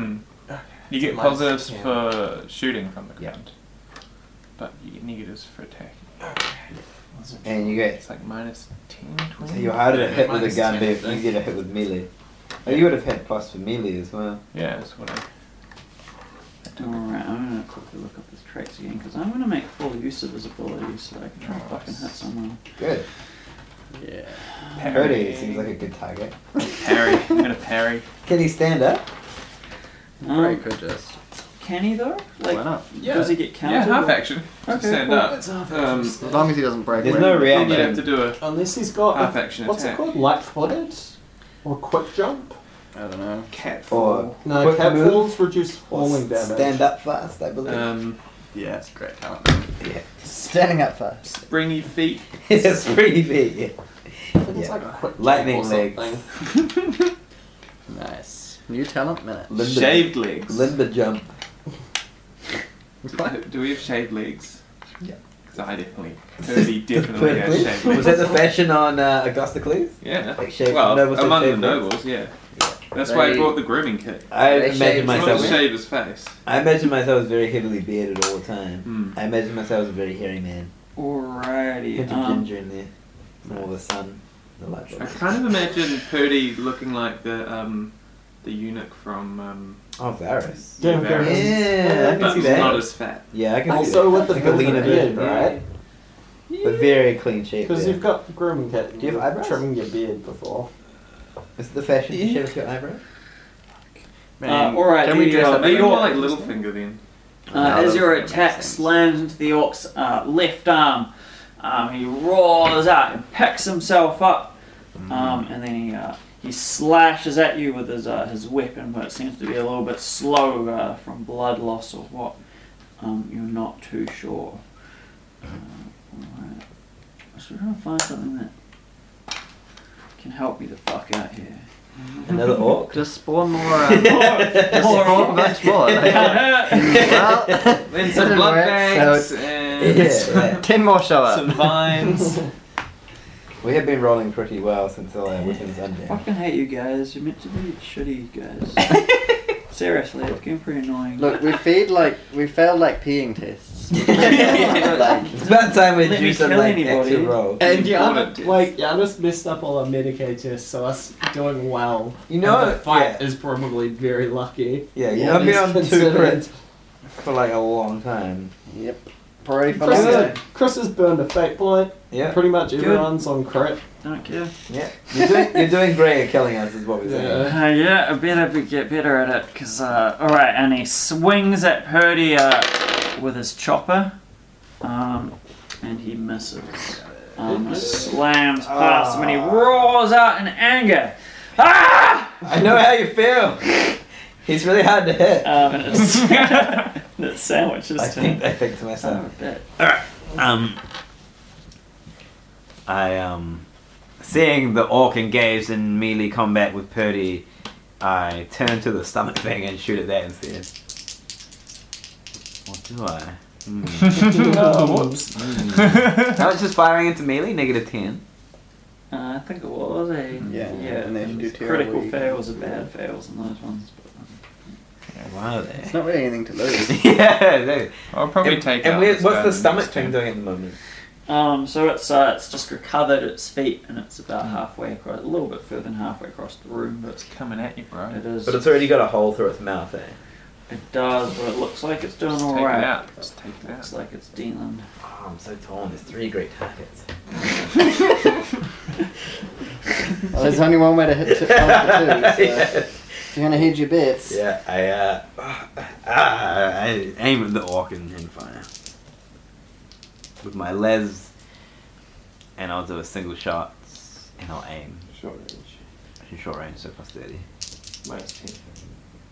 [SPEAKER 4] Mm. You get
[SPEAKER 3] Nice,
[SPEAKER 4] positives
[SPEAKER 3] yeah.
[SPEAKER 4] for shooting from the
[SPEAKER 1] Yeah.
[SPEAKER 4] ground, but you get negatives for attacking.
[SPEAKER 1] and you get
[SPEAKER 4] It's like minus 10,
[SPEAKER 1] So
[SPEAKER 4] 20?
[SPEAKER 1] you harder to hit with a
[SPEAKER 3] Minus
[SPEAKER 1] gun,
[SPEAKER 3] 10,
[SPEAKER 1] but
[SPEAKER 3] I
[SPEAKER 1] if you
[SPEAKER 3] think.
[SPEAKER 1] get a hit with melee. Oh, you would have had plus for melee as well.
[SPEAKER 4] Yeah, that's what I.
[SPEAKER 2] Alright, I'm gonna quickly look up his traits again because I'm gonna make full use of his abilities so that I can try and fucking hit someone.
[SPEAKER 1] Good.
[SPEAKER 5] Yeah.
[SPEAKER 1] Parody seems like a good target.
[SPEAKER 9] Parry. I'm gonna parry.
[SPEAKER 1] Can he stand up?
[SPEAKER 5] Or you
[SPEAKER 2] Um,
[SPEAKER 5] could just.
[SPEAKER 2] can he though?
[SPEAKER 5] why
[SPEAKER 2] Like,
[SPEAKER 5] not?
[SPEAKER 4] Yeah.
[SPEAKER 2] does he get
[SPEAKER 4] Yeah,
[SPEAKER 2] counted?
[SPEAKER 4] half
[SPEAKER 2] or-
[SPEAKER 4] action. to
[SPEAKER 2] Okay,
[SPEAKER 4] stand
[SPEAKER 2] cool.
[SPEAKER 4] up. Um,
[SPEAKER 5] As long as he doesn't break.
[SPEAKER 1] There's
[SPEAKER 5] wind.
[SPEAKER 1] no
[SPEAKER 4] then you'd have
[SPEAKER 1] reaction.
[SPEAKER 4] to do a
[SPEAKER 3] Unless he's got
[SPEAKER 4] half
[SPEAKER 3] a,
[SPEAKER 4] action
[SPEAKER 3] what's it
[SPEAKER 4] attack.
[SPEAKER 3] called, light footed or quick jump.
[SPEAKER 5] I don't know.
[SPEAKER 4] Cat
[SPEAKER 1] Or
[SPEAKER 3] No,
[SPEAKER 1] quick
[SPEAKER 3] cat
[SPEAKER 1] move.
[SPEAKER 3] falls reduce falling damage.
[SPEAKER 1] Stand up fast, I believe.
[SPEAKER 5] Uh,
[SPEAKER 4] Um,
[SPEAKER 5] Yeah, it's a great talent.
[SPEAKER 1] Standing up fast.
[SPEAKER 4] springy feet.
[SPEAKER 1] it's pretty big.
[SPEAKER 3] I think it's
[SPEAKER 1] Yeah.
[SPEAKER 3] like a quick jump
[SPEAKER 1] Lightning
[SPEAKER 3] or
[SPEAKER 1] legs.
[SPEAKER 3] something.
[SPEAKER 5] Nice. New talent minute.
[SPEAKER 1] Linda,
[SPEAKER 4] Shaved legs.
[SPEAKER 1] Linda jump.
[SPEAKER 4] Do- Do we have shaved legs?
[SPEAKER 1] Yeah.
[SPEAKER 4] Because I definitely, Kirby definitely has shaved legs.
[SPEAKER 1] Was that the fashion on uh, Augusta Clues?
[SPEAKER 4] Yeah.
[SPEAKER 1] Like shaved-
[SPEAKER 4] well,
[SPEAKER 1] nobles have
[SPEAKER 4] among the
[SPEAKER 1] shaved legs.
[SPEAKER 4] nobles, yeah. That's why I
[SPEAKER 5] They-
[SPEAKER 4] brought the grooming kit.
[SPEAKER 1] I
[SPEAKER 5] They
[SPEAKER 1] imagine
[SPEAKER 5] shaved
[SPEAKER 4] I
[SPEAKER 1] myself.
[SPEAKER 4] to shave his face.
[SPEAKER 1] I imagine myself as very heavily bearded all the time.
[SPEAKER 5] Hmm.
[SPEAKER 4] Mm.
[SPEAKER 1] I imagine myself as a very hairy man.
[SPEAKER 2] Alrighty.
[SPEAKER 1] Put the
[SPEAKER 2] Um,
[SPEAKER 1] ginger in there. And all the sun. The light
[SPEAKER 4] I
[SPEAKER 1] bulbs.
[SPEAKER 4] kind of imagine Purdy looking like the um, the eunuch from um,
[SPEAKER 1] Oh, Varus.
[SPEAKER 3] Yeah,
[SPEAKER 4] New Varus,
[SPEAKER 3] Varus.
[SPEAKER 1] Yeah, I
[SPEAKER 4] but
[SPEAKER 1] can see
[SPEAKER 4] not
[SPEAKER 1] that.
[SPEAKER 4] as fat.
[SPEAKER 1] Yeah, I can see
[SPEAKER 3] Also
[SPEAKER 1] that.
[SPEAKER 3] with the
[SPEAKER 1] like a leaner
[SPEAKER 3] filter
[SPEAKER 1] version,
[SPEAKER 3] beard,
[SPEAKER 1] right?
[SPEAKER 3] right?
[SPEAKER 1] But very clean shape.
[SPEAKER 3] Because
[SPEAKER 1] there.
[SPEAKER 3] you've got the grooming kit.
[SPEAKER 1] Do you have
[SPEAKER 3] were
[SPEAKER 1] eyebrows?
[SPEAKER 3] Trimming your beard before.
[SPEAKER 1] Is it the fashion to shave your eyebrow?
[SPEAKER 2] uh, alright,
[SPEAKER 5] Can we
[SPEAKER 2] the,
[SPEAKER 5] dress
[SPEAKER 2] uh,
[SPEAKER 5] up
[SPEAKER 4] Are you
[SPEAKER 2] your-
[SPEAKER 4] more like Littlefinger then?
[SPEAKER 2] Uh,
[SPEAKER 5] No,
[SPEAKER 2] as
[SPEAKER 5] that
[SPEAKER 2] your
[SPEAKER 5] doesn't make
[SPEAKER 2] attack
[SPEAKER 5] sense.
[SPEAKER 2] slams into the orc's uh, left arm, um, he roars out and picks himself up,
[SPEAKER 5] Mm.
[SPEAKER 2] um, and then he, uh, he slashes at you with his, uh, his weapon, but it seems to be a little bit slow uh, from blood loss or what. Um, you're not too sure. Uh, alright. So we're going to find something that can help me the fuck out here.
[SPEAKER 1] Another orc?
[SPEAKER 5] Just spawn more. Um, more orc, much more. well,
[SPEAKER 4] Then some
[SPEAKER 5] That didn't
[SPEAKER 4] blood
[SPEAKER 5] work,
[SPEAKER 4] bags
[SPEAKER 5] so-
[SPEAKER 4] and
[SPEAKER 1] yeah.
[SPEAKER 5] ten more show up.
[SPEAKER 4] some vines.
[SPEAKER 1] We have been rolling pretty well since all our weapons unjammed.
[SPEAKER 2] fucking hate you guys. You're meant to be shitty guys. Seriously, it's getting pretty annoying.
[SPEAKER 5] Look, we feed like we failed like peeing tests.
[SPEAKER 2] Like,
[SPEAKER 1] It's about time we
[SPEAKER 2] Let me
[SPEAKER 1] do some
[SPEAKER 2] kill
[SPEAKER 1] like
[SPEAKER 2] anybody.
[SPEAKER 1] actual roll.
[SPEAKER 3] And yeah,
[SPEAKER 4] Important
[SPEAKER 3] I'm-
[SPEAKER 4] test.
[SPEAKER 3] like yeah, I just messed up all our Medicaid tests, so us doing well.
[SPEAKER 1] You know
[SPEAKER 3] and the
[SPEAKER 1] what?
[SPEAKER 3] fight
[SPEAKER 1] Yeah.
[SPEAKER 3] is probably very lucky.
[SPEAKER 1] Yeah, you
[SPEAKER 5] Yeah,
[SPEAKER 1] I've been
[SPEAKER 3] Just
[SPEAKER 1] on two
[SPEAKER 3] considering-
[SPEAKER 1] crits for like a long time.
[SPEAKER 5] yep. Party for
[SPEAKER 3] Chris,
[SPEAKER 5] longer.
[SPEAKER 3] is, Chris has burned a fate point.
[SPEAKER 1] Yeah,
[SPEAKER 3] Pretty much
[SPEAKER 2] Good.
[SPEAKER 3] everyone's on crit.
[SPEAKER 2] don't care.
[SPEAKER 1] yeah. You're doing, you're doing great at killing us, is what we're saying.
[SPEAKER 3] Yeah.
[SPEAKER 2] Uh, yeah, I better be, get better at it, because, uh, alright, and he swings at Purdy, uh, with his chopper, um, and he misses. Um, it slams past him, and he roars out in anger. Ah!
[SPEAKER 1] I know how you feel. He's really hard to hit.
[SPEAKER 4] Uh,
[SPEAKER 2] Um, and it's, and it sandwiches
[SPEAKER 1] I
[SPEAKER 2] him.
[SPEAKER 1] think uh, I think to myself.
[SPEAKER 2] Son of a bitch.
[SPEAKER 9] Um, I um, seeing the orc engaged in melee combat with Purdy, I turn to the stomach thing and shoot at that instead. What do I? Hmm.
[SPEAKER 3] whoops.
[SPEAKER 9] How much is firing into melee? Negative ten.
[SPEAKER 2] Uh, I think it was a
[SPEAKER 5] Yeah,
[SPEAKER 2] yeah.
[SPEAKER 5] and they should do
[SPEAKER 2] critical
[SPEAKER 5] terribly.
[SPEAKER 2] fails are bad fails in those ones.
[SPEAKER 9] Wow.
[SPEAKER 5] It's not really anything to lose.
[SPEAKER 9] yeah. Dude.
[SPEAKER 4] I'll probably take
[SPEAKER 1] and
[SPEAKER 4] out
[SPEAKER 1] where,
[SPEAKER 4] this guy
[SPEAKER 1] what's the
[SPEAKER 4] next
[SPEAKER 1] stomach thing
[SPEAKER 4] turn.
[SPEAKER 1] doing at the moment?
[SPEAKER 2] Um, so it's uh, it's just recovered its feet and it's about
[SPEAKER 5] Hmm.
[SPEAKER 2] halfway across, a little bit further than halfway across the room, but
[SPEAKER 4] It's coming at you, bro.
[SPEAKER 2] it is.
[SPEAKER 1] But it's already got a hole through its mouth, eh?
[SPEAKER 2] it does, but it looks like it's doing
[SPEAKER 4] Just
[SPEAKER 2] all
[SPEAKER 4] take it
[SPEAKER 2] right.
[SPEAKER 4] out. Just take it out.
[SPEAKER 2] Looks like it's dealing.
[SPEAKER 1] Oh, I'm so torn. There's three great targets.
[SPEAKER 5] Well, there's only one way to hit two, one of the two, so
[SPEAKER 1] yeah.
[SPEAKER 5] if you're gonna hedge your bets.
[SPEAKER 1] yeah, I uh,
[SPEAKER 9] Ah, I aim at the orc and, and fire with my les, and I'll do a single shot and I'll aim.
[SPEAKER 3] Short range.
[SPEAKER 9] in short range, so plus 30.
[SPEAKER 3] Minus 10.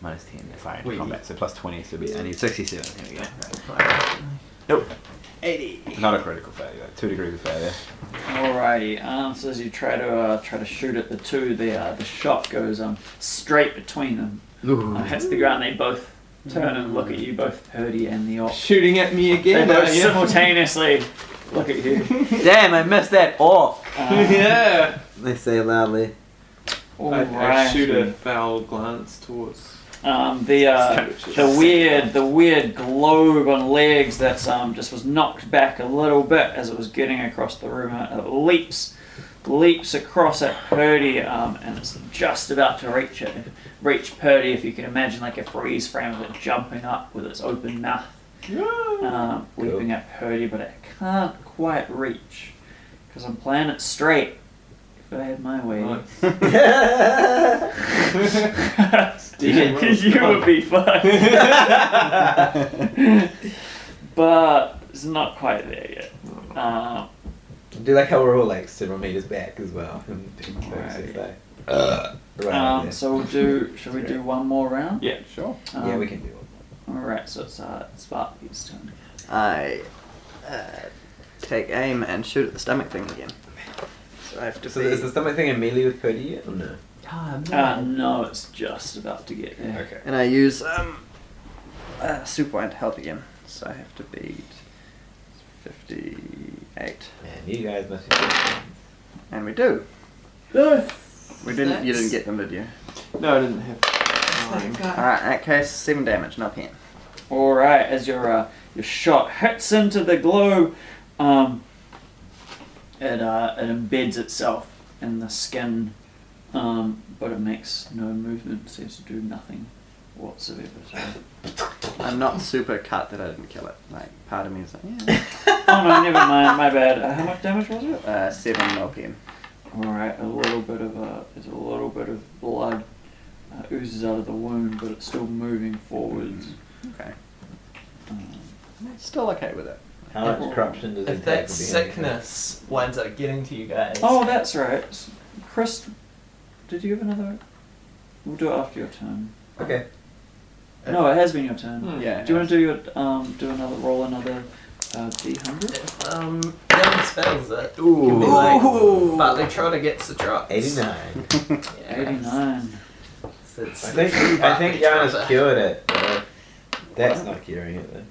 [SPEAKER 9] Minus 10 if I
[SPEAKER 3] Wait.
[SPEAKER 9] in combat, so plus 20, so be, I need 67. Here we go. Nope. 80. Not a critical failure, though. two degrees of failure.
[SPEAKER 2] Alrighty. Um, so as you try to uh, try to shoot at the two, the uh, the shot goes um straight between them. Uh, hits the ground. They both turn and look at you, both Purdy and the orc.
[SPEAKER 4] Shooting at me
[SPEAKER 2] They
[SPEAKER 4] again,
[SPEAKER 2] both
[SPEAKER 4] are you?
[SPEAKER 2] simultaneously look at you.
[SPEAKER 9] Damn, I missed that orc.
[SPEAKER 2] Um,
[SPEAKER 4] yeah.
[SPEAKER 1] they say loudly.
[SPEAKER 4] Uh,
[SPEAKER 2] Oh,
[SPEAKER 4] I, I
[SPEAKER 2] alright.
[SPEAKER 4] shoot a foul glance towards.
[SPEAKER 2] Um, the uh,
[SPEAKER 4] Sandwiches.
[SPEAKER 2] the weird the weird globe on legs that's um, just was knocked back a little bit as it was getting across the room. Uh, It, it leaps leaps across at Purdy um, and it's just about to reach it reach Purdy, if you can imagine like a freeze frame of it jumping up with its open mouth, um, leaping at Purdy, but it can't quite reach because I'm playing it straight. If I had my way, you would be fucked. but it's not quite there yet. Um,
[SPEAKER 1] Do you like how we're all like several meters back as well? And
[SPEAKER 2] Right.
[SPEAKER 1] right. Uh, right
[SPEAKER 2] um,
[SPEAKER 1] there.
[SPEAKER 2] so we'll do. Shall we do one more round?
[SPEAKER 3] Yeah.
[SPEAKER 5] Sure.
[SPEAKER 2] Um,
[SPEAKER 1] yeah, we can do it.
[SPEAKER 2] All right, so it's uh, it's Bartley's turn.
[SPEAKER 5] I uh, take aim and shoot at the stomach thing again. So I have to
[SPEAKER 1] So
[SPEAKER 5] be.
[SPEAKER 1] is the stomach thing immediately with Purdy yet or no?
[SPEAKER 10] Ah,
[SPEAKER 2] Uh,
[SPEAKER 10] man.
[SPEAKER 2] no, it's just about to get there.
[SPEAKER 1] Okay.
[SPEAKER 5] and I use um, uh, supine to help again. So I have to beat 58.
[SPEAKER 1] Man, you guys must be good.
[SPEAKER 5] And we do. We didn't. You
[SPEAKER 4] That's-
[SPEAKER 5] didn't get them, did you?
[SPEAKER 4] No, I didn't have. time.
[SPEAKER 5] All right. In that case, seven damage, not ten.
[SPEAKER 2] All right, as your uh, your shot hits into the glow, um, it uh, it embeds itself in the skin, um, but it makes no movement. Seems to do nothing whatsoever. So.
[SPEAKER 5] I'm not super cut that I didn't kill it. Like part of me is like,
[SPEAKER 2] oh no, never mind. My bad. Uh, how much damage was it?
[SPEAKER 5] yeah. uh, seven LPM.
[SPEAKER 2] All right, a little bit of uh, there's a little bit of blood uh, oozes out of the wound, but it's still moving forwards.
[SPEAKER 5] Okay.
[SPEAKER 2] Um,
[SPEAKER 5] Still okay with it.
[SPEAKER 1] How much corruption does it
[SPEAKER 3] If
[SPEAKER 1] take
[SPEAKER 3] that
[SPEAKER 1] to be anything?
[SPEAKER 3] sickness winds up getting to you guys,
[SPEAKER 2] Oh, that's right. S- Chris, did you have another? We'll do it after your turn.
[SPEAKER 1] Okay.
[SPEAKER 2] No, it has been your turn.
[SPEAKER 5] Yeah.
[SPEAKER 2] Do you want to do your um do another roll another uh, d hundred?
[SPEAKER 3] if um, Dylan spells it,
[SPEAKER 1] Ooh.
[SPEAKER 3] be like- but they try to get the drops.
[SPEAKER 1] 89.
[SPEAKER 3] Yeah.
[SPEAKER 2] Eighty nine.
[SPEAKER 3] It's,
[SPEAKER 1] I think, I think Yana's cured it. though. That's not curing it then.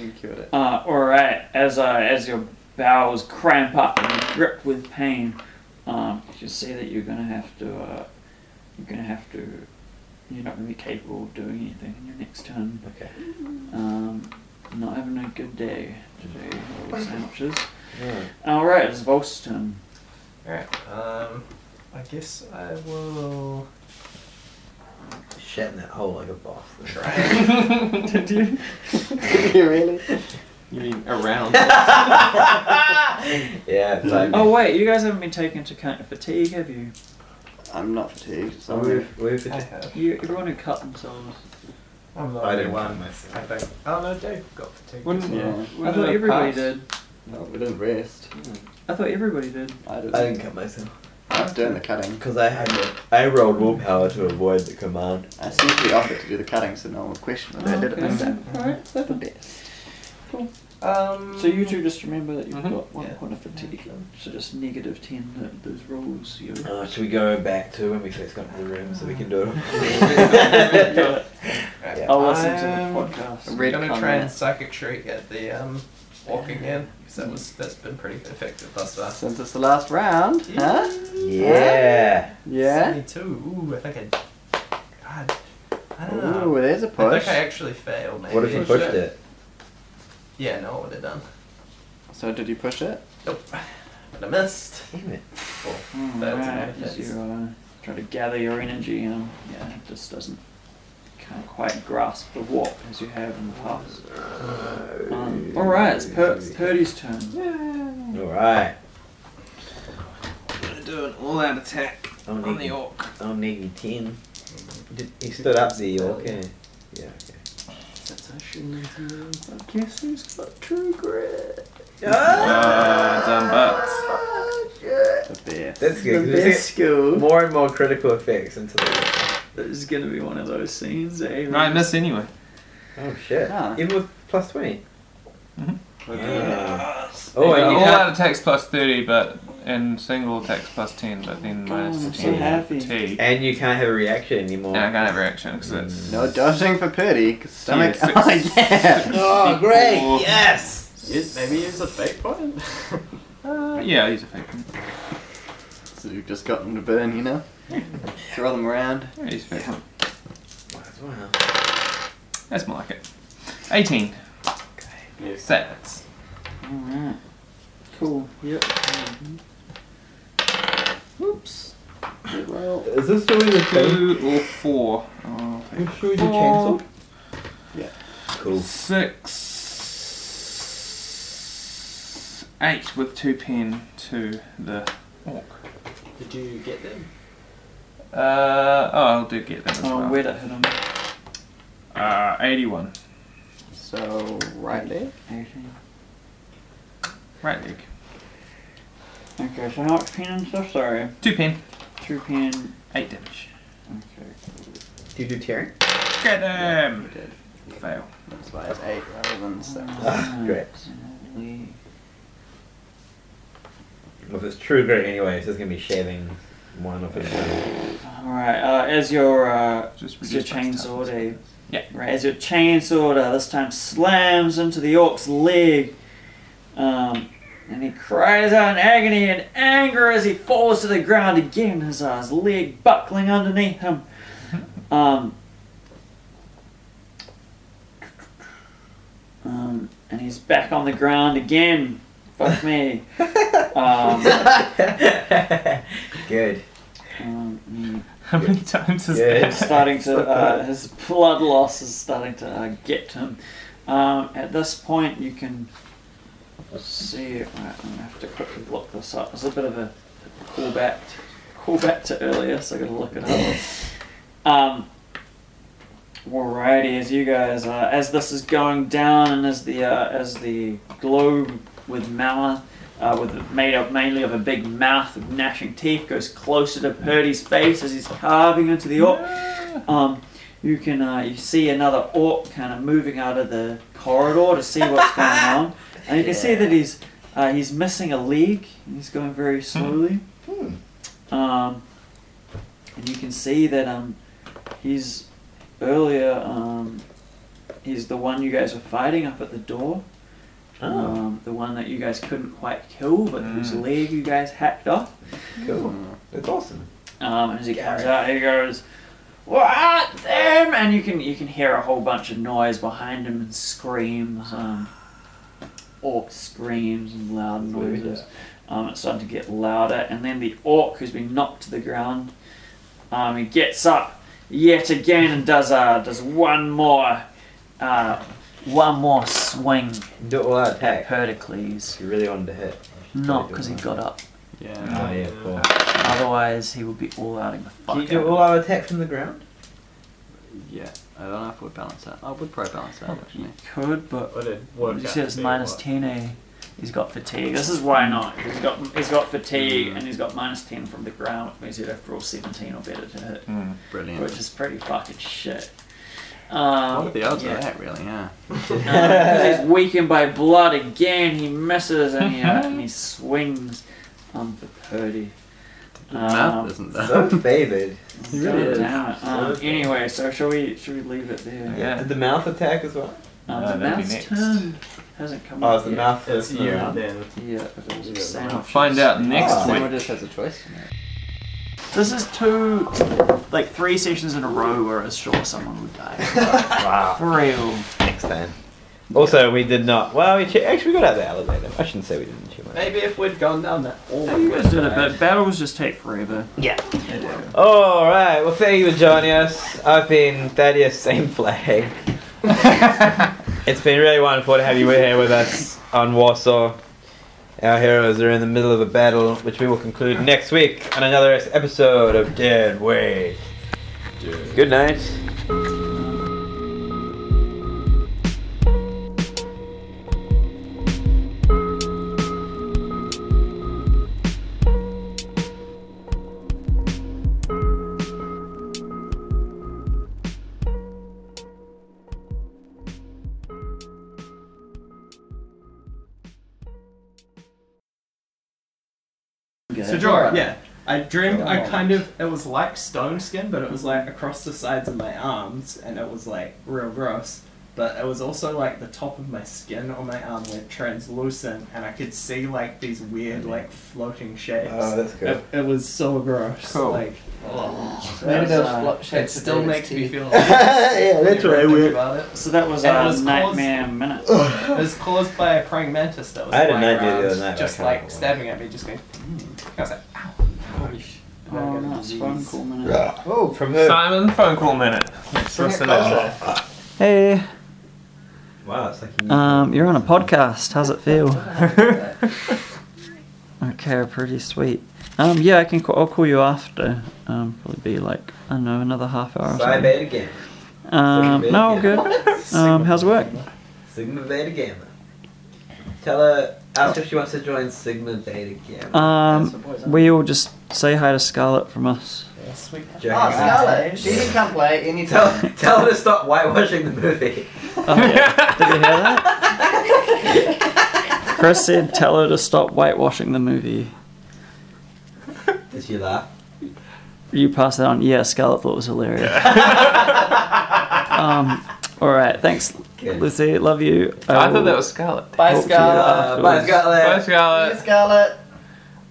[SPEAKER 5] You cured it.
[SPEAKER 2] Uh, all right. As uh, as your bowels cramp up and you grip with pain, um, you see that you're gonna have to uh, you're gonna have to you're not gonna be capable of doing anything in your next turn.
[SPEAKER 1] Okay.
[SPEAKER 2] Um, not having a good day today. with Sandwiches.
[SPEAKER 1] Yeah.
[SPEAKER 2] All right. It's Volston.
[SPEAKER 3] Alright, um, I guess I will.
[SPEAKER 1] Shit in that hole like a boss. then.
[SPEAKER 2] Did you?
[SPEAKER 5] you really?
[SPEAKER 4] You mean around?
[SPEAKER 1] Yeah, it's like.
[SPEAKER 2] Oh wait, you guys haven't been taking into account your fatigue, have you?
[SPEAKER 5] I'm not fatigued.
[SPEAKER 1] So
[SPEAKER 5] So
[SPEAKER 1] we've, we've,
[SPEAKER 3] I have.
[SPEAKER 2] You everyone who cut themselves.
[SPEAKER 3] I'm not
[SPEAKER 1] I didn't
[SPEAKER 3] one.
[SPEAKER 1] want
[SPEAKER 3] I
[SPEAKER 1] myself.
[SPEAKER 3] think. Oh no, Dave got fatigued.
[SPEAKER 4] Wouldn't
[SPEAKER 5] Yeah.
[SPEAKER 2] I thought everybody did.
[SPEAKER 5] no, we didn't rest.
[SPEAKER 2] I thought everybody did.
[SPEAKER 5] I
[SPEAKER 1] I didn't
[SPEAKER 5] didn't.
[SPEAKER 1] cut myself.
[SPEAKER 5] I was doing the cutting.
[SPEAKER 1] Because I had. I rolled willpower to avoid the command.
[SPEAKER 5] I simply offered to do the cutting, so no one questioned whether I
[SPEAKER 2] Oh,
[SPEAKER 5] did it myself.
[SPEAKER 2] Alright,
[SPEAKER 5] The best.
[SPEAKER 3] Um,
[SPEAKER 2] So you two just remember that you've
[SPEAKER 4] Mhm.
[SPEAKER 2] got one
[SPEAKER 3] Yeah.
[SPEAKER 2] point of fatigue. So just negative ten th- those rolls you
[SPEAKER 1] Uh, should we go back to when we first got into the room so we can do it?
[SPEAKER 2] I'll listen
[SPEAKER 3] I'm
[SPEAKER 2] to the podcast.
[SPEAKER 5] Red
[SPEAKER 3] gonna
[SPEAKER 5] colour.
[SPEAKER 3] try and psychic trick at the um, walk again because that was that's been pretty effective thus far.
[SPEAKER 5] Since it's the last round, huh?
[SPEAKER 1] yeah.
[SPEAKER 5] Yeah.
[SPEAKER 3] Me too. Ooh, I think I. God, I don't know.
[SPEAKER 5] Ooh, there's a
[SPEAKER 3] I
[SPEAKER 5] push.
[SPEAKER 3] think I actually failed. Maybe.
[SPEAKER 1] What if you pushed it?
[SPEAKER 3] Yeah, no, I would have done.
[SPEAKER 5] So did you push it?
[SPEAKER 3] Nope. But I missed.
[SPEAKER 1] Damn it.
[SPEAKER 3] That's
[SPEAKER 2] Alright,
[SPEAKER 3] an
[SPEAKER 2] as
[SPEAKER 3] offense.
[SPEAKER 2] you uh, try to gather your energy um, yeah, it just doesn't can't quite grasp the warp as you have in the past. Um, Alright, it's, per- it's Purdy's turn.
[SPEAKER 1] Alright.
[SPEAKER 4] I'm gonna do an all-out attack
[SPEAKER 1] I'm
[SPEAKER 4] on the
[SPEAKER 1] neg-
[SPEAKER 4] orc.
[SPEAKER 1] I'm neg 10. Did, he stood up the orc. Yeah, yeah okay.
[SPEAKER 2] I guess who's got true grit?
[SPEAKER 4] Ah, dumb butts.
[SPEAKER 1] Oh,
[SPEAKER 5] The best.
[SPEAKER 1] That's good. 'cause we get
[SPEAKER 2] school.
[SPEAKER 1] more and more critical effects into the.
[SPEAKER 2] This is gonna be one of those scenes, eh?
[SPEAKER 4] No, I miss anyway.
[SPEAKER 1] Oh shit. Mm-hmm.
[SPEAKER 5] Ah.
[SPEAKER 1] Even with plus 20.
[SPEAKER 4] Mhm.
[SPEAKER 1] Ah.
[SPEAKER 4] Oh,
[SPEAKER 1] Oh, and you
[SPEAKER 4] all
[SPEAKER 1] can't.
[SPEAKER 4] out attacks plus thirty, but and single attacks plus ten, but then minus
[SPEAKER 2] I'm so
[SPEAKER 4] ten
[SPEAKER 2] happy.
[SPEAKER 4] fatigue.
[SPEAKER 1] And you can't have a reaction anymore.
[SPEAKER 4] And I can't have reaction because it's
[SPEAKER 5] No dodging for Purdy, 'cause stomach.
[SPEAKER 4] Yeah,
[SPEAKER 5] oh
[SPEAKER 4] six-
[SPEAKER 5] yeah.
[SPEAKER 1] Oh, great! Yes!
[SPEAKER 11] maybe use a fake point.
[SPEAKER 4] Uh, yeah, I use a fake. one.
[SPEAKER 5] So you've just gotten to burn, you know. Throw them around.
[SPEAKER 4] Yeah, I use a fake. one.
[SPEAKER 1] Wow.
[SPEAKER 4] That's more like it. Eighteen. Six.
[SPEAKER 2] Alright. Cool. Yep.
[SPEAKER 4] Oops.
[SPEAKER 7] Well,
[SPEAKER 4] Is this doing a two or four? Oh,
[SPEAKER 7] should we do
[SPEAKER 4] Four.
[SPEAKER 7] chainsaw?
[SPEAKER 1] Cool.
[SPEAKER 4] Six. Eight with two pin to the orc.
[SPEAKER 12] Did you get them?
[SPEAKER 4] Uh, oh, I'll do get that as
[SPEAKER 2] Oh,
[SPEAKER 4] well.
[SPEAKER 2] where'd it hit him?
[SPEAKER 4] Uh, 81.
[SPEAKER 7] So right leg. Okay.
[SPEAKER 4] Right leg.
[SPEAKER 2] Okay, so how much pen and stuff? Sorry.
[SPEAKER 4] Two pin.
[SPEAKER 2] Two pen.
[SPEAKER 4] Eight damage.
[SPEAKER 12] Do you do tearing?
[SPEAKER 4] Get him!
[SPEAKER 7] did.
[SPEAKER 4] Fail.
[SPEAKER 7] That's why it's eight rather than seven.
[SPEAKER 1] Ah, great.
[SPEAKER 2] Lovely.
[SPEAKER 1] Well, if it's true grit anyway, so it's gonna be shaving one off each one.
[SPEAKER 2] Alright, uh, as your uh,
[SPEAKER 4] Just
[SPEAKER 2] as your
[SPEAKER 4] reduce my
[SPEAKER 2] chainsaw
[SPEAKER 4] toughness.
[SPEAKER 2] to
[SPEAKER 4] Yeah.
[SPEAKER 2] right, as your chainsaw to this time slams into the orc's leg, um, and he cries out in agony and anger as he falls to the ground again, his, uh, his leg buckling underneath him. Um, um, and he's back on the ground again. Fuck me. Um,
[SPEAKER 1] Good.
[SPEAKER 2] um, he
[SPEAKER 4] How many times is
[SPEAKER 1] Yeah.
[SPEAKER 4] that?
[SPEAKER 2] starting to uh, his blood loss is starting to uh, get to him. Um, at this point, you can see. Right, I'm gonna have to quickly look this up. It's a bit of a callback, callback to earlier, so I gotta look it up. Um, alrighty, as you guys, uh, as this is going down, and as the uh, as the globe with Mala. Uh, with made up mainly of a big mouth of gnashing teeth, goes closer to Purdy's face as he's carving into the orc. Um, you can uh, you see another orc kind of moving out of the corridor to see what's going on, and you can see that he's uh, he's missing a leg. And he's going very slowly. Um, and you can see that um, he's earlier um, he's the one you guys were fighting up at the door.
[SPEAKER 1] Oh.
[SPEAKER 2] Um, the one that you guys couldn't quite kill, but whose
[SPEAKER 4] Mm.
[SPEAKER 2] leg you guys hacked off.
[SPEAKER 1] Cool. That's awesome.
[SPEAKER 2] Um, and as he comes out, he goes, "What them?" And you can you can hear a whole bunch of noise behind him and screams. Um, orc screams and loud noises. Um, it's starting to get louder, and then the orc who's been knocked to the ground, um, he gets up yet again and does uh, does one more uh, one more swing
[SPEAKER 1] Do it all out
[SPEAKER 2] at
[SPEAKER 1] attack.
[SPEAKER 2] Pericles.
[SPEAKER 1] If you really wanted to hit.
[SPEAKER 2] Not because he got up.
[SPEAKER 7] Yeah.
[SPEAKER 1] Oh yeah, of course.
[SPEAKER 2] Otherwise, he would be all outing the fuck
[SPEAKER 1] Can you
[SPEAKER 2] out
[SPEAKER 1] do
[SPEAKER 2] of
[SPEAKER 1] all our attack from the ground?
[SPEAKER 7] Yeah. I don't know if we'll balance that. I would probably balance that actually.
[SPEAKER 2] Could, but
[SPEAKER 12] Or did
[SPEAKER 2] you see it's minus ten. Eh? He's got fatigue. This is why not. He's got he's got fatigue and he's got minus ten from the ground, which means he'd have to roll seventeen or better to hit,
[SPEAKER 4] Mm.
[SPEAKER 7] Brilliant.
[SPEAKER 2] which is pretty fucking shit. Um,
[SPEAKER 7] What are the odds
[SPEAKER 2] yeah.
[SPEAKER 7] of that really? Yeah.
[SPEAKER 2] Because he's weakened by blood again. He misses and he, uh, and he swings um, for Purdy.
[SPEAKER 7] Math
[SPEAKER 2] Um,
[SPEAKER 7] isn't that?
[SPEAKER 1] So favored.
[SPEAKER 7] He really
[SPEAKER 2] God
[SPEAKER 7] is.
[SPEAKER 2] damn it. Um,
[SPEAKER 1] So-
[SPEAKER 2] anyway, so shall we should we leave it there?
[SPEAKER 4] Yeah.
[SPEAKER 1] Did the mouth attack as well?
[SPEAKER 2] Um,
[SPEAKER 4] No,
[SPEAKER 2] the
[SPEAKER 4] that'd be
[SPEAKER 2] mouse
[SPEAKER 4] next.
[SPEAKER 2] turn hasn't come
[SPEAKER 1] Oh,
[SPEAKER 2] up
[SPEAKER 1] it's the
[SPEAKER 2] yet.
[SPEAKER 1] mouth
[SPEAKER 12] It's
[SPEAKER 1] first.
[SPEAKER 12] you then.
[SPEAKER 2] Yeah, but it was
[SPEAKER 12] Yeah,
[SPEAKER 4] We'll
[SPEAKER 2] sandwiches.
[SPEAKER 4] find out next
[SPEAKER 1] Ah.
[SPEAKER 4] week.
[SPEAKER 7] Someone just has a choice.
[SPEAKER 2] This is two, like three sessions in a row where it's sure someone would die.
[SPEAKER 1] Wow.
[SPEAKER 2] For real.
[SPEAKER 1] Next time. Also, we did not. Well, we che- actually we got out of the elevator. I shouldn't say we didn't too much.
[SPEAKER 12] Maybe if we'd gone down that hall.
[SPEAKER 2] You guys did it, but battles just take forever.
[SPEAKER 1] All right. Well, thank you for joining us. I've been Thaddeus Same Flag. it's been really wonderful to have you here with us on Warsaw. Our heroes are in the middle of a battle, which we will conclude next week on another episode of Dead Weight. Good night.
[SPEAKER 2] Okay.
[SPEAKER 3] So Jorah, yeah, I dreamed I kind of it was like stone skin, but it was like across the sides of my arms, and it was like real gross. But it was also like the top of my skin on my arm went translucent, and I could see like these weird like floating shapes.
[SPEAKER 1] Oh, that's good.
[SPEAKER 3] It, it was so gross.
[SPEAKER 4] Cool.
[SPEAKER 3] Like,
[SPEAKER 7] Maybe
[SPEAKER 3] That's,
[SPEAKER 7] those
[SPEAKER 3] uh,
[SPEAKER 7] flop
[SPEAKER 3] it
[SPEAKER 7] shapes are
[SPEAKER 3] still
[SPEAKER 7] doing
[SPEAKER 3] makes
[SPEAKER 7] its
[SPEAKER 3] me
[SPEAKER 7] teeth.
[SPEAKER 3] feel.
[SPEAKER 1] yeah, that's
[SPEAKER 3] You're
[SPEAKER 1] right.
[SPEAKER 3] thinking
[SPEAKER 1] We're,
[SPEAKER 3] about it.
[SPEAKER 2] So that was Oh,
[SPEAKER 3] And it
[SPEAKER 2] a
[SPEAKER 3] was
[SPEAKER 2] nightmare minute.
[SPEAKER 3] It was caused by a praying mantis that was
[SPEAKER 1] I had a
[SPEAKER 3] flying
[SPEAKER 1] nightmare the
[SPEAKER 3] around,
[SPEAKER 1] other night, but I
[SPEAKER 3] just
[SPEAKER 1] can't
[SPEAKER 3] like
[SPEAKER 1] remember what.
[SPEAKER 3] stabbing at me, just going. "Mm." I was like, "Ow!"
[SPEAKER 2] Oh, no, it's phone call minute.
[SPEAKER 1] Oh, from who?
[SPEAKER 4] Simon, phone call minute. Let's
[SPEAKER 5] Bring it
[SPEAKER 4] listen in.
[SPEAKER 5] closer.
[SPEAKER 2] Hey,
[SPEAKER 1] Wow, it's like you
[SPEAKER 2] um, you're on a podcast. How's it feel? okay, pretty sweet. Um, yeah, I can. Call, I'll call you after. Um, probably be like I don't know, another half hour. Or
[SPEAKER 1] Psi
[SPEAKER 2] something.
[SPEAKER 1] beta gamma.
[SPEAKER 2] Um,
[SPEAKER 1] Sigma
[SPEAKER 2] no, all
[SPEAKER 1] beta
[SPEAKER 2] good.
[SPEAKER 1] gamma.
[SPEAKER 2] Um, how's work?
[SPEAKER 1] Sigma beta gamma. Tell her, ask if she wants to join Sigma beta gamma.
[SPEAKER 2] Um, we all just say hi to Scarlett from us.
[SPEAKER 1] Joking.
[SPEAKER 5] Oh, Scarlett. She can come play anytime.
[SPEAKER 2] Uh,
[SPEAKER 1] Tell, tell her to stop whitewashing the movie.
[SPEAKER 2] Oh, yeah. Did you hear that? Chris said, "Tell her to stop whitewashing the movie."
[SPEAKER 1] Did she laugh?
[SPEAKER 2] You pass that on. Yeah, Scarlett thought it was hilarious. um, all right, thanks,
[SPEAKER 1] Good.
[SPEAKER 2] Lucy. Love you.
[SPEAKER 4] I
[SPEAKER 2] will
[SPEAKER 4] thought that was Scarlet.
[SPEAKER 5] Bye,
[SPEAKER 2] talk to you
[SPEAKER 5] Scarlett.
[SPEAKER 1] Uh, bye,
[SPEAKER 2] afterwards.
[SPEAKER 4] Bye,
[SPEAKER 1] Scarlett.
[SPEAKER 7] uh,
[SPEAKER 5] Bye,
[SPEAKER 4] Scarlet.
[SPEAKER 5] Scarlett.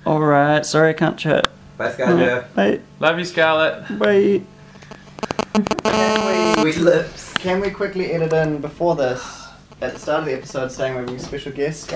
[SPEAKER 2] All right. Sorry, I can't chat.
[SPEAKER 1] Bye, Scarlett.
[SPEAKER 2] Bye.
[SPEAKER 4] Love you, Scarlet.
[SPEAKER 2] Bye.
[SPEAKER 5] Can we,
[SPEAKER 1] Sweet lips.
[SPEAKER 5] can we quickly edit in before this, at the start of the episode, saying we're having a special guest?